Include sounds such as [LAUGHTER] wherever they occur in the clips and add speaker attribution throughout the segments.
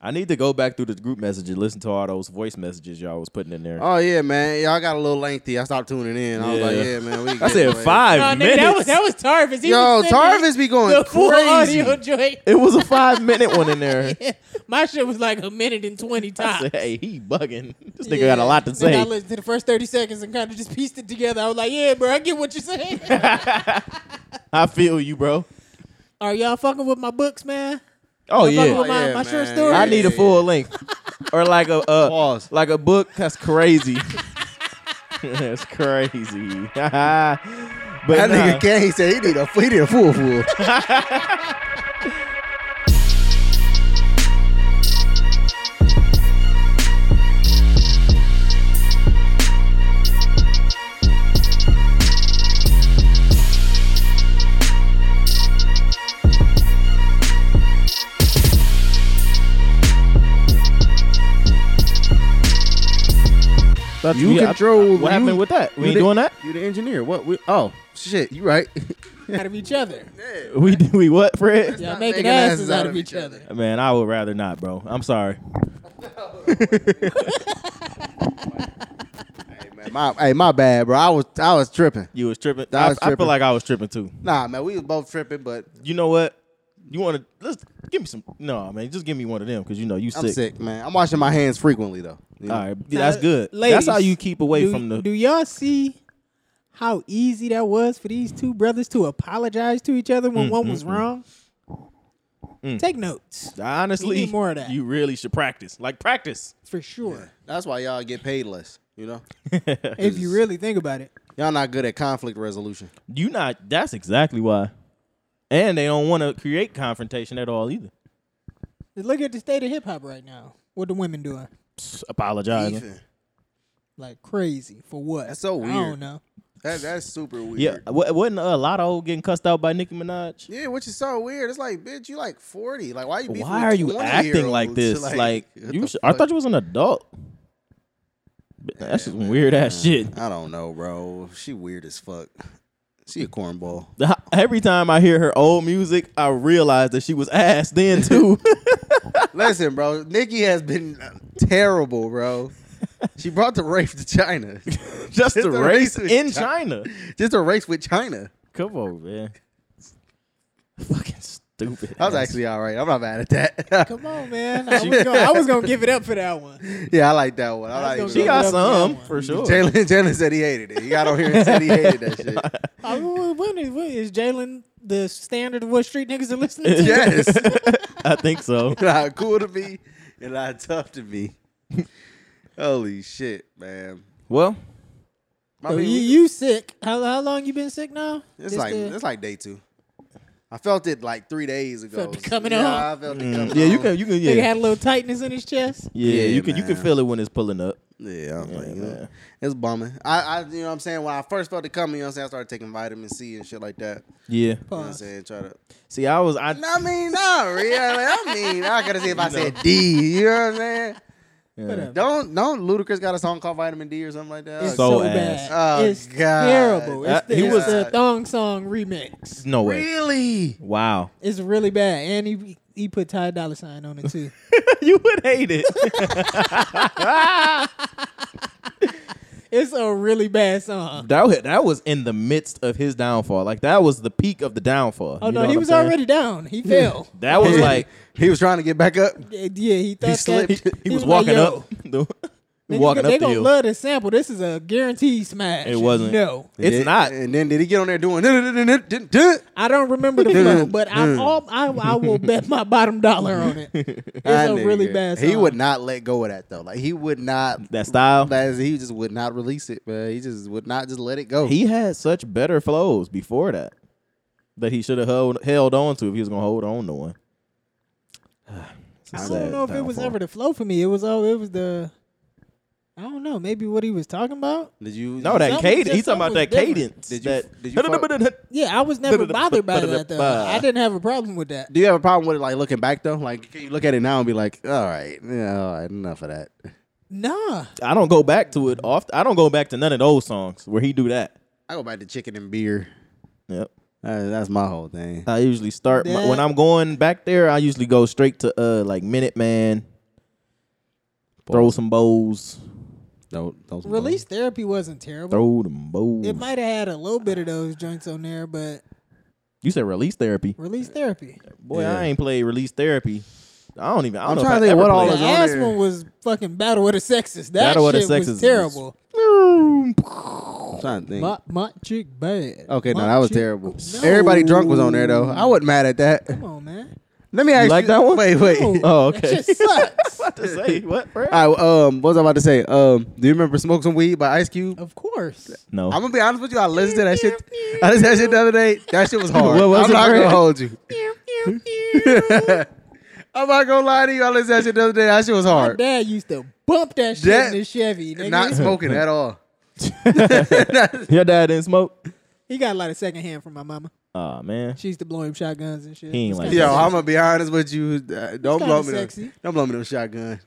Speaker 1: I need to go back through the group message and listen to all those voice messages y'all was putting in there.
Speaker 2: Oh yeah, man. Y'all got a little lengthy. I stopped tuning in. I was like,
Speaker 1: Yeah.
Speaker 2: yeah, man.
Speaker 1: [LAUGHS]
Speaker 2: We
Speaker 1: I
Speaker 2: good,
Speaker 1: said
Speaker 2: man.
Speaker 1: five
Speaker 3: No, nigga,
Speaker 1: minutes.
Speaker 3: that was that was Tarvis. He
Speaker 2: Yo,
Speaker 3: was sending
Speaker 2: Tarvis be going
Speaker 3: [LAUGHS] the full
Speaker 2: crazy.
Speaker 3: audio joint. [LAUGHS]
Speaker 1: it was a five minute one in there.
Speaker 3: My shit was like a minute and twenty
Speaker 1: I
Speaker 3: times.
Speaker 1: said, hey, he bugging. This nigga
Speaker 3: Yeah.
Speaker 1: got a lot to
Speaker 3: Then I
Speaker 1: say.
Speaker 3: listened to the first thirty seconds and kind of just pieced it together. I was like, yeah, bro, I get what you're [LAUGHS] saying.
Speaker 1: I feel you, bro.
Speaker 3: Are y'all fucking with my books, man?
Speaker 1: Oh
Speaker 3: Y'all fucking
Speaker 1: yeah,
Speaker 3: with my,
Speaker 2: yeah,
Speaker 3: my short
Speaker 2: man.
Speaker 3: stories?
Speaker 1: I need a full length or like a uh,
Speaker 2: Pause.
Speaker 1: like a book. That's crazy. [LAUGHS] That's crazy. [LAUGHS] but that
Speaker 2: That nigga Kane said he need a he need a fool fool. You control-
Speaker 1: What
Speaker 2: you-
Speaker 1: happened with that? We
Speaker 2: you
Speaker 1: ain't
Speaker 2: the-
Speaker 1: doing that.
Speaker 2: You the engineer? What? We, oh shit, you right? [LAUGHS]
Speaker 3: out of each other.
Speaker 1: We do. [LAUGHS] We what, Fred?
Speaker 3: Y'all
Speaker 2: not
Speaker 3: making asses out of each other.
Speaker 1: Man, I would rather not, bro. I'm sorry.
Speaker 2: hey, man, my, hey, my bad, bro. I was I was tripping.
Speaker 1: You was tripping.
Speaker 2: Nah, I
Speaker 1: I,
Speaker 2: was
Speaker 1: I feel
Speaker 2: tripping.
Speaker 1: like I was tripping too.
Speaker 2: Nah, man, we was both tripping, but
Speaker 1: You know what? You want to let's give me some. No, man, just give me one of them because you know you
Speaker 2: I'm
Speaker 1: sick.
Speaker 2: sick. man. I'm washing my hands frequently though. You know?
Speaker 1: All right, yeah, that's
Speaker 3: Now,
Speaker 1: good. that's
Speaker 3: ladies,
Speaker 1: how you keep away
Speaker 3: do,
Speaker 1: from the.
Speaker 3: Do y'all see how easy that was for these two brothers to apologize to each other
Speaker 1: Mm,
Speaker 3: when one was wrong? Take notes
Speaker 1: honestly,
Speaker 3: We need more of that.
Speaker 1: you really should practice. Like practice.
Speaker 3: for sure.
Speaker 2: That's why y'all get paid less. You know,
Speaker 3: If you really think about it,
Speaker 2: y'all not good at conflict resolution.
Speaker 1: You not. That's exactly why. And they don't want to create confrontation at all either.
Speaker 3: Just look at the state of hip hop right now. What the women doing?
Speaker 1: Psst, Apologizing.
Speaker 2: Ethan.
Speaker 3: Like crazy for what?
Speaker 2: That's so
Speaker 3: I
Speaker 2: weird.
Speaker 3: don't know.
Speaker 2: That, that's super weird.
Speaker 1: Yeah, wa- wasn't uh, Lotto getting cussed out by Nicki Minaj?
Speaker 2: Yeah, which is so weird. It's like, bitch, you like forty. Like, why you? beefing
Speaker 1: Why
Speaker 2: with
Speaker 1: are you
Speaker 2: 20
Speaker 1: acting like
Speaker 2: -year-olds? [LAUGHS]
Speaker 1: this? Like,
Speaker 2: what
Speaker 1: you,
Speaker 2: the
Speaker 1: should, I
Speaker 2: fuck?
Speaker 1: thought you was an adult. But that's just weird ass shit.
Speaker 2: I don't know, bro. She weird as fuck. She a cornball.
Speaker 1: [LAUGHS] Every time I hear her old music, I realize that she was ass then
Speaker 2: [LAUGHS]
Speaker 1: too. [LAUGHS]
Speaker 2: Listen, bro. Nikki has been terrible, bro. She brought the race to China. [LAUGHS]
Speaker 1: just
Speaker 2: Just
Speaker 1: a
Speaker 2: a
Speaker 1: race
Speaker 2: racist
Speaker 1: in
Speaker 2: chi-
Speaker 1: China.
Speaker 2: Just a race with China.
Speaker 1: Come on, man. Fucking stupid.
Speaker 2: I was
Speaker 1: ass.
Speaker 2: actually all right. I'm not mad at that.
Speaker 3: Come on, man. I was, gonna, I was gonna give it up for that one.
Speaker 2: [LAUGHS] yeah, I like that one. I
Speaker 3: I
Speaker 2: like
Speaker 3: was
Speaker 1: she
Speaker 3: gonna
Speaker 1: got
Speaker 3: Love that
Speaker 1: some
Speaker 3: one.
Speaker 1: for sure.
Speaker 2: Jalen. Jalen said he hated it. He got on here and said he hated that shit.
Speaker 3: [LAUGHS] I mean, when is, when is Jalen the standard of what street niggas are listening to? [LAUGHS]
Speaker 2: Yes.
Speaker 1: [LAUGHS] I think so.
Speaker 2: not cool to be and not tough to be. Holy shit, man.
Speaker 1: Well,
Speaker 2: I
Speaker 3: So
Speaker 2: mean,
Speaker 3: Oh, you,
Speaker 2: we-
Speaker 3: you sick? How how long you been sick now?
Speaker 2: it's
Speaker 3: Just
Speaker 2: like
Speaker 3: the-
Speaker 2: it's like day two. I felt it like three days ago.
Speaker 3: Felt it coming
Speaker 2: yeah,
Speaker 3: on.
Speaker 2: I
Speaker 3: Mm.
Speaker 2: felt it coming
Speaker 1: yeah, you
Speaker 2: on.
Speaker 1: can, you can,
Speaker 3: nigga
Speaker 1: yeah,
Speaker 3: had a little tightness in his chest.
Speaker 1: yeah,
Speaker 2: Yeah,
Speaker 1: you can, you can
Speaker 2: man.
Speaker 1: feel it when it's pulling up.
Speaker 2: Yeah, I'm like, you
Speaker 1: man.
Speaker 2: know, it's bumming. I, I, you know what I'm saying? When I first felt it coming, you know what I'm saying? I started taking vitamin C and shit like that.
Speaker 1: Yeah.
Speaker 2: You know what I'm
Speaker 3: Pause.
Speaker 2: saying? Try to.
Speaker 1: See, I was, I,
Speaker 2: I mean, no, really. I mean, I gotta see if I said D. You know what I'm saying?
Speaker 1: yeah.
Speaker 2: Don't, don't. Ludacris got a song called Vitamin D or something like that.
Speaker 3: It's
Speaker 1: So
Speaker 3: so,
Speaker 1: ass.
Speaker 3: bad.
Speaker 2: Oh,
Speaker 3: it's
Speaker 2: God.
Speaker 3: terrible. It's,
Speaker 1: That-
Speaker 3: the,
Speaker 1: he
Speaker 3: it's
Speaker 1: was-
Speaker 3: the thong song remix.
Speaker 1: no way.
Speaker 2: really? [LAUGHS]
Speaker 1: Wow.
Speaker 3: It's really bad, and he he put Ty Dolla Sign on it too.
Speaker 1: you would hate it.
Speaker 3: it's a really bad
Speaker 1: [LAUGHS]
Speaker 3: song.
Speaker 1: that was, that was in the midst of his downfall. Like that was the peak of the downfall.
Speaker 3: Oh
Speaker 1: You know
Speaker 3: no,
Speaker 1: what
Speaker 3: he
Speaker 1: I'm
Speaker 3: was
Speaker 1: saying?
Speaker 3: already down. He fell.
Speaker 1: That was like
Speaker 2: [LAUGHS] He was trying to get back up.
Speaker 3: yeah, he thought
Speaker 2: He
Speaker 3: that-
Speaker 2: slipped.
Speaker 1: he, he was
Speaker 3: like,
Speaker 1: walking
Speaker 3: "Yo,
Speaker 1: up,
Speaker 3: [LAUGHS]
Speaker 1: [LAUGHS] the-
Speaker 3: nigga,
Speaker 1: walking
Speaker 3: they
Speaker 1: up the
Speaker 3: gonna
Speaker 1: hill.
Speaker 3: love this sample. This is a guaranteed smash.
Speaker 1: It wasn't.
Speaker 3: No,
Speaker 1: It's
Speaker 2: Yeah,
Speaker 1: not.
Speaker 2: And then did he get on there doing? "Duh-duh-duh-duh-duh-duh-duh"?
Speaker 3: I don't
Speaker 1: [LAUGHS]
Speaker 3: remember the flow, but I'm all, I I will bet my bottom dollar
Speaker 1: [LAUGHS]
Speaker 3: on it. It's
Speaker 2: That
Speaker 3: a
Speaker 2: nigga.
Speaker 3: really bad song.
Speaker 2: He would not let go of that though. Like he would not.
Speaker 1: That style.
Speaker 2: That is, he just would not release it, man. He just would not just let it go.
Speaker 1: He had such better flows before that that he should have held held on to if he was gonna hold on to one.
Speaker 3: I don't know if it was ever the flow for me. It was oh, it was the. I don't know. Maybe what he was talking about.
Speaker 2: did you?
Speaker 1: no that
Speaker 3: Something
Speaker 1: cadence.
Speaker 3: just-
Speaker 1: He's talking about that
Speaker 3: something was different.
Speaker 1: cadence.
Speaker 2: Did you-
Speaker 1: that-
Speaker 2: did you fuck-
Speaker 3: Yeah, I was never bothered by that though. I didn't have a problem with that.
Speaker 2: Do you have a problem with it? Like looking back though, like can you look at it now and be like, all right, yeah, all right, enough of that.
Speaker 3: Nah,
Speaker 1: [LAUGHS] I don't go back to it often. I don't go back to none of those songs where he do that.
Speaker 2: I go back to chicken and beer.
Speaker 1: Yep.
Speaker 2: Uh, that's my whole thing.
Speaker 1: I usually start my, when
Speaker 3: That-
Speaker 1: I'm going back there. I usually go straight to uh like Minuteman, throw some bowls,
Speaker 2: Don't, don't
Speaker 3: Release therapy wasn't terrible.
Speaker 1: throw them bowls.
Speaker 3: It might have had a little bit of those joints on there, but
Speaker 1: You said release therapy.
Speaker 3: release therapy.
Speaker 1: Boy,
Speaker 2: Yeah.
Speaker 1: I ain't played release therapy. I don't even. I don't
Speaker 2: I'm
Speaker 1: know
Speaker 2: trying
Speaker 1: if
Speaker 2: to
Speaker 1: I
Speaker 2: think
Speaker 1: ever
Speaker 2: what all
Speaker 1: played
Speaker 2: is
Speaker 3: The
Speaker 2: on
Speaker 3: last
Speaker 2: there.
Speaker 3: one was fucking Battle of the Sexes. That
Speaker 1: Battle of the
Speaker 3: shit
Speaker 1: Sexes was-
Speaker 3: was terrible.
Speaker 2: I'm trying to think.
Speaker 3: My, my chick bad.
Speaker 2: okay, no,
Speaker 3: My
Speaker 2: that was
Speaker 3: chick-
Speaker 2: terrible.
Speaker 3: No.
Speaker 2: Everybody drunk was on there though. I wasn't mad at that.
Speaker 3: Come
Speaker 2: [LAUGHS]
Speaker 3: on, man.
Speaker 2: Let me ask
Speaker 1: like that one?
Speaker 2: Wait, wait.
Speaker 3: No.
Speaker 1: Oh, okay.
Speaker 3: That shit sucks.
Speaker 1: About [LAUGHS] to say what, bro?
Speaker 2: [LAUGHS] All right, um, what was I about to say? Um, do you remember "Smoke Some Weed" by Ice Cube?
Speaker 3: [LAUGHS] of course.
Speaker 1: [LAUGHS] no.
Speaker 2: I'm gonna be honest with you. I listened to that shit. I listened to that shit the other day. That shit was hard.
Speaker 1: What was
Speaker 2: I'm
Speaker 1: it,
Speaker 2: not
Speaker 1: Brad?
Speaker 2: gonna hold you. [LAUGHS] I'm not gonna lie to you. I listened to that shit the other day. That shit was
Speaker 3: My
Speaker 2: hard.
Speaker 3: dad used to bump that shit
Speaker 2: That-
Speaker 3: in his Chevy. Nigga.
Speaker 2: Not smoking at all.
Speaker 1: Your dad didn't smoke.
Speaker 3: he got a lot of secondhand from my mama.
Speaker 1: Oh man.
Speaker 3: She used to blow him shotguns and shit.
Speaker 1: He ain't
Speaker 3: It's
Speaker 1: like
Speaker 2: [LAUGHS]
Speaker 3: kinda
Speaker 2: Yo,
Speaker 1: [LAUGHS] that.
Speaker 2: I'm gonna be honest with you. Uh, Don't
Speaker 3: kinda
Speaker 2: blow me.
Speaker 3: sexy.
Speaker 2: No, don't blow me no shotgun.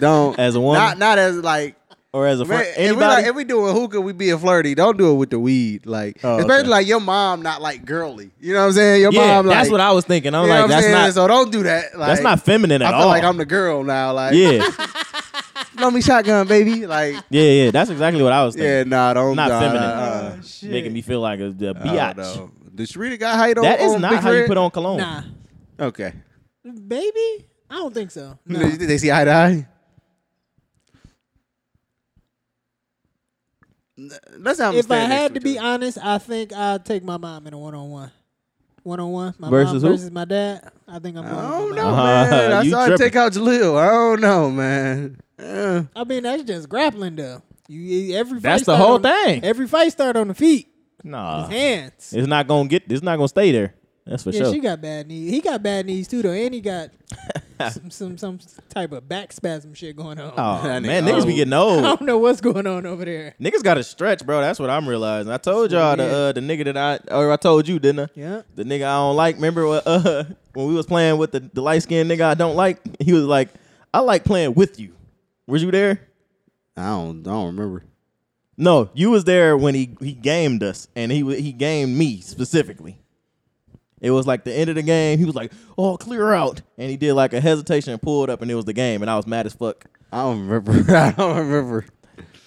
Speaker 2: don't.
Speaker 1: As a woman?
Speaker 2: Not not as like.
Speaker 1: Or as a
Speaker 2: Man,
Speaker 1: friend,
Speaker 2: if we
Speaker 1: anybody?
Speaker 2: like, if we doing hookah, we being flirty. Don't do it with the weed. Like
Speaker 1: Oh,
Speaker 2: especially
Speaker 1: okay.
Speaker 2: like your mom not like girly. You know what I'm saying? Your
Speaker 1: yeah,
Speaker 2: mom like.
Speaker 1: that's what I was thinking. I'm
Speaker 2: you know
Speaker 1: like,
Speaker 2: what I'm
Speaker 1: that's
Speaker 2: saying?
Speaker 1: not
Speaker 2: so don't do that. Like,
Speaker 1: that's not feminine
Speaker 2: I
Speaker 1: at
Speaker 2: feel
Speaker 1: all.
Speaker 2: like I'm the girl now. Like
Speaker 1: yeah,
Speaker 2: blow me shotgun,
Speaker 1: [LAUGHS]
Speaker 2: baby. Like
Speaker 1: yeah, yeah. That's exactly what I was thinking.
Speaker 2: yeah, nah, don't
Speaker 1: Not
Speaker 2: nah,
Speaker 1: feminine.
Speaker 2: Uh,
Speaker 3: Oh, shit.
Speaker 1: Making me feel like a, a
Speaker 2: I don't
Speaker 1: biatch.
Speaker 2: know. Did Sharita got height on?
Speaker 1: That is
Speaker 2: on
Speaker 1: not
Speaker 2: Oh, Big
Speaker 1: how you
Speaker 2: Red?
Speaker 1: put on cologne.
Speaker 3: Nah.
Speaker 2: Okay.
Speaker 3: Baby? I don't think so. No.
Speaker 2: Did they see eye to eye? Let's have a
Speaker 3: if I
Speaker 2: stand next
Speaker 3: had to
Speaker 2: each
Speaker 3: be
Speaker 2: other.
Speaker 3: honest, I think I'd take my mom in a one on one. One on one, my
Speaker 1: Versus
Speaker 3: mom
Speaker 1: who?
Speaker 3: versus my dad. I think I'm going.
Speaker 2: I
Speaker 3: with
Speaker 2: don't
Speaker 3: my
Speaker 2: know,
Speaker 3: mom.
Speaker 1: Uh-huh. [LAUGHS]
Speaker 2: man. I
Speaker 1: You
Speaker 2: saw
Speaker 1: tripping.
Speaker 2: take out Jaleel. I don't know, man. Uh,
Speaker 3: I mean, that's just grappling though. You every fight
Speaker 1: That's the
Speaker 3: start
Speaker 1: whole
Speaker 3: on-
Speaker 1: thing.
Speaker 3: Every fight start on the feet,
Speaker 1: Nah,
Speaker 3: hands.
Speaker 1: it's not gonna get. It's not gonna stay there. That's for
Speaker 3: yeah,
Speaker 1: sure.
Speaker 3: she got bad knees. He got bad knees too though, and
Speaker 1: [LAUGHS]
Speaker 3: he got some, some some type of back spasm shit going on.
Speaker 1: oh
Speaker 2: That
Speaker 1: man,
Speaker 2: nigga
Speaker 1: niggas be
Speaker 2: old.
Speaker 1: getting
Speaker 2: [LAUGHS]
Speaker 3: [LAUGHS] I
Speaker 1: old.
Speaker 3: don't know what's going on over there.
Speaker 1: Niggas got to stretch, bro. That's what I'm realizing. I told y'all the
Speaker 3: it is.
Speaker 1: uh, the nigga that I or I told you, didn't I?
Speaker 3: Yeah.
Speaker 1: The nigga I don't like. Remember when, uh, [LAUGHS] when we was playing with the, the light skinned nigga I don't like? He was like, I like playing with you. Were you there?
Speaker 2: I don't. I don't remember.
Speaker 1: No, you was there when he he gamed us, and he wa- he gamed me specifically. It was like the end of the game. He was like, "Oh, clear out," and he did like a hesitation and pulled up, and it was the game, and I was mad as fuck.
Speaker 2: I don't remember. [LAUGHS] I don't remember.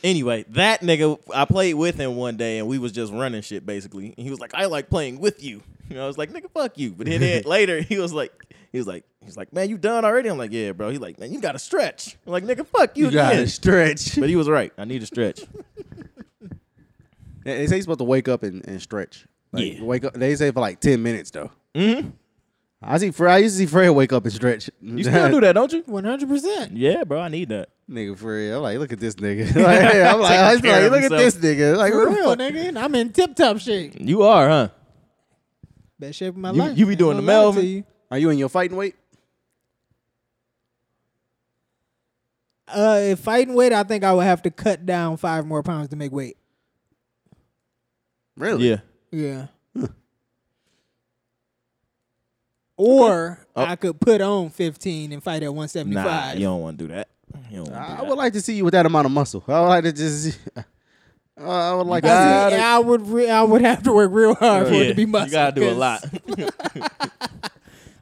Speaker 1: Anyway, that nigga I played with him one day, and we was just running shit basically, and he was like, "I like playing with you," and I was like, "Nigga, fuck you." But then, then later, he was like. He was like, he's like, man, you done already? I'm like, yeah, bro. He's like, man, you got to stretch. I'm like, nigga, fuck you,
Speaker 2: You got
Speaker 1: again.
Speaker 2: to stretch.
Speaker 1: But he was right. I need to stretch.
Speaker 2: They they say you're supposed to wake up and, and stretch. Like,
Speaker 1: Yeah.
Speaker 2: Wake up. They say for like ten minutes though. Mm-hmm. I see. Fred, I used to see Fred wake up and stretch.
Speaker 1: You still do that, don't you?
Speaker 3: One hundred percent.
Speaker 1: Yeah, bro. I need that.
Speaker 2: [LAUGHS] nigga Fred. I'm like, look at this nigga. [LAUGHS] Like, I'm like, I was
Speaker 1: Taking care
Speaker 2: like,
Speaker 1: of
Speaker 2: look at this
Speaker 1: himself.
Speaker 2: nigga. Like, what
Speaker 3: For
Speaker 2: the
Speaker 3: real,
Speaker 2: fuck?
Speaker 3: nigga. And I'm in tip top shape.
Speaker 1: You are, huh?
Speaker 3: Best shape of my
Speaker 1: You-
Speaker 3: life.
Speaker 1: you be
Speaker 3: Ain't
Speaker 1: doing
Speaker 3: gonna
Speaker 1: the
Speaker 3: lie to
Speaker 1: Melvin.
Speaker 3: you.
Speaker 2: Are you in your fighting weight?
Speaker 3: Uh, if fighting weight, I think I would have to cut down five more pounds to make weight.
Speaker 2: Really?
Speaker 1: Yeah.
Speaker 3: Yeah. Or
Speaker 1: Oh.
Speaker 3: I could put on 15 and fight at 175.
Speaker 1: you don't want to do that. You don't
Speaker 2: I
Speaker 1: want
Speaker 2: I
Speaker 1: to
Speaker 2: would like to see you with that amount of muscle. I would like to just. See, [LAUGHS] uh, I would like.
Speaker 3: I, see, I would re- I would have to work real hard for it to be muscle.
Speaker 1: You gotta do a
Speaker 3: 'cause
Speaker 1: lot. [LAUGHS]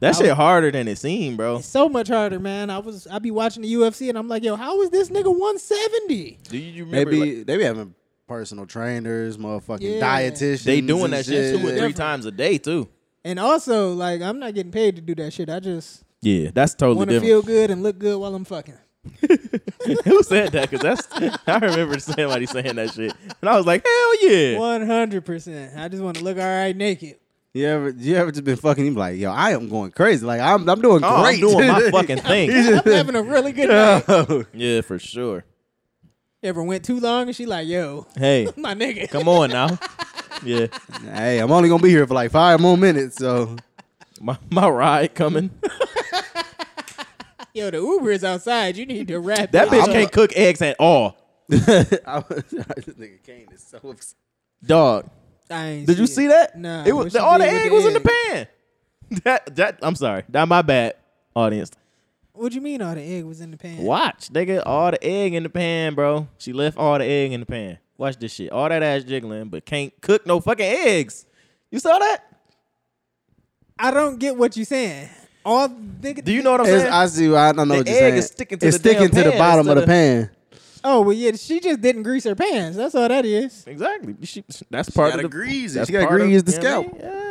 Speaker 1: that shit harder than it seemed, bro.
Speaker 3: it's So much harder, man. I was I be watching the UFC and I'm like, yo, how is this nigga 170?
Speaker 1: Do you remember?
Speaker 2: Maybe they be having personal trainers, motherfucking
Speaker 3: Yeah.
Speaker 2: dietitians.
Speaker 1: they doing
Speaker 2: and
Speaker 1: that shit two or three
Speaker 3: Different.
Speaker 1: times a day too.
Speaker 3: And also, like, I'm not getting paid to do that shit. I just
Speaker 1: Yeah, that's totally
Speaker 3: want to
Speaker 1: different.
Speaker 3: feel good and look good while I'm fucking.
Speaker 1: [LAUGHS] Who said that? Because that's [LAUGHS] I remember somebody saying that shit, and I was like, hell yeah.
Speaker 3: One hundred percent. I just want to look all right naked.
Speaker 2: You ever, you ever just been fucking? You be like, yo, I am going crazy. Like I'm, I'm doing
Speaker 1: Oh,
Speaker 2: great.
Speaker 1: I'm doing [LAUGHS] my
Speaker 2: [LAUGHS]
Speaker 1: fucking thing.
Speaker 3: I'm having a really good night.
Speaker 2: Yo.
Speaker 1: yeah, for sure.
Speaker 3: Ever went too long and she like, yo,
Speaker 1: Hey,
Speaker 3: my nigga.
Speaker 1: come on now. Yeah,
Speaker 2: [LAUGHS] hey, I'm only gonna be here for like five more minutes. So [LAUGHS]
Speaker 1: my my ride coming.
Speaker 3: Yo, the Uber is outside. You need to wrap
Speaker 1: That
Speaker 3: it
Speaker 1: bitch
Speaker 3: up.
Speaker 1: can't cook eggs at all,
Speaker 2: I was, [LAUGHS] this nigga is so upset.
Speaker 1: dog.
Speaker 3: I ain't
Speaker 1: Did you
Speaker 3: it.
Speaker 1: see that?
Speaker 3: Nah.
Speaker 1: It was
Speaker 3: what she
Speaker 1: all the
Speaker 3: did with
Speaker 1: egg was in the
Speaker 3: egg.
Speaker 1: pan. [LAUGHS] That that I'm sorry. That my bad, audience.
Speaker 3: What you mean all the egg was in the pan?
Speaker 1: Watch, nigga, all the egg in the pan, bro. She left all the egg in the pan. Watch this shit. All that ass jiggling, but can't cook no fucking eggs. You saw that?
Speaker 3: I don't get what you're saying. All nigga,
Speaker 1: Do you know what I'm
Speaker 2: It's,
Speaker 1: saying?
Speaker 2: I see. I, I know
Speaker 1: The
Speaker 2: what you're
Speaker 1: egg
Speaker 2: saying.
Speaker 1: is sticking to
Speaker 2: it's
Speaker 1: the damn
Speaker 2: sticking to the
Speaker 1: pan
Speaker 2: bottom of the
Speaker 1: instead
Speaker 2: pan.
Speaker 3: [LAUGHS] oh well, yeah, she just didn't grease her pants. That's all that is.
Speaker 1: exactly. She- that's part
Speaker 2: gotta
Speaker 1: of the
Speaker 2: grease it.
Speaker 1: that's
Speaker 2: She gotta
Speaker 1: part of-
Speaker 2: grease the
Speaker 1: you know what I
Speaker 2: scalp.
Speaker 1: mean? Yeah.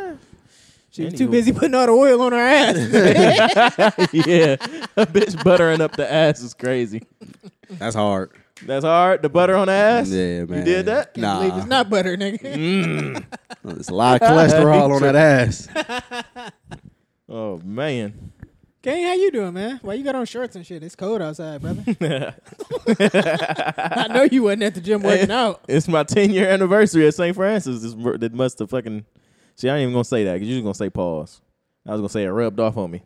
Speaker 3: She was too
Speaker 1: Anywho.
Speaker 3: busy putting all the oil on her
Speaker 1: [LAUGHS]
Speaker 3: ass. [LAUGHS]
Speaker 1: yeah, a bitch buttering up the ass is crazy.
Speaker 2: That's hard.
Speaker 1: That's hard. The butter on the ass.
Speaker 2: Yeah, man.
Speaker 1: You did that?
Speaker 3: Can't believe it's
Speaker 2: Nah,
Speaker 3: not butter,
Speaker 1: Mm-hmm.
Speaker 3: nigga.
Speaker 2: there's a lot of cholesterol on that ass.
Speaker 1: Oh man.
Speaker 3: Kane, how you doing, man? Why you got on shorts and shit? It's cold outside, brother.
Speaker 1: [LAUGHS]
Speaker 3: [LAUGHS] I know you wasn't at the gym working out.
Speaker 1: It's my 10 year anniversary at St. Francis. This, mer- that must have fucking. See, I ain't even gonna say that because you just gonna say pause. I was gonna say it rubbed off
Speaker 2: [LAUGHS]
Speaker 1: on me.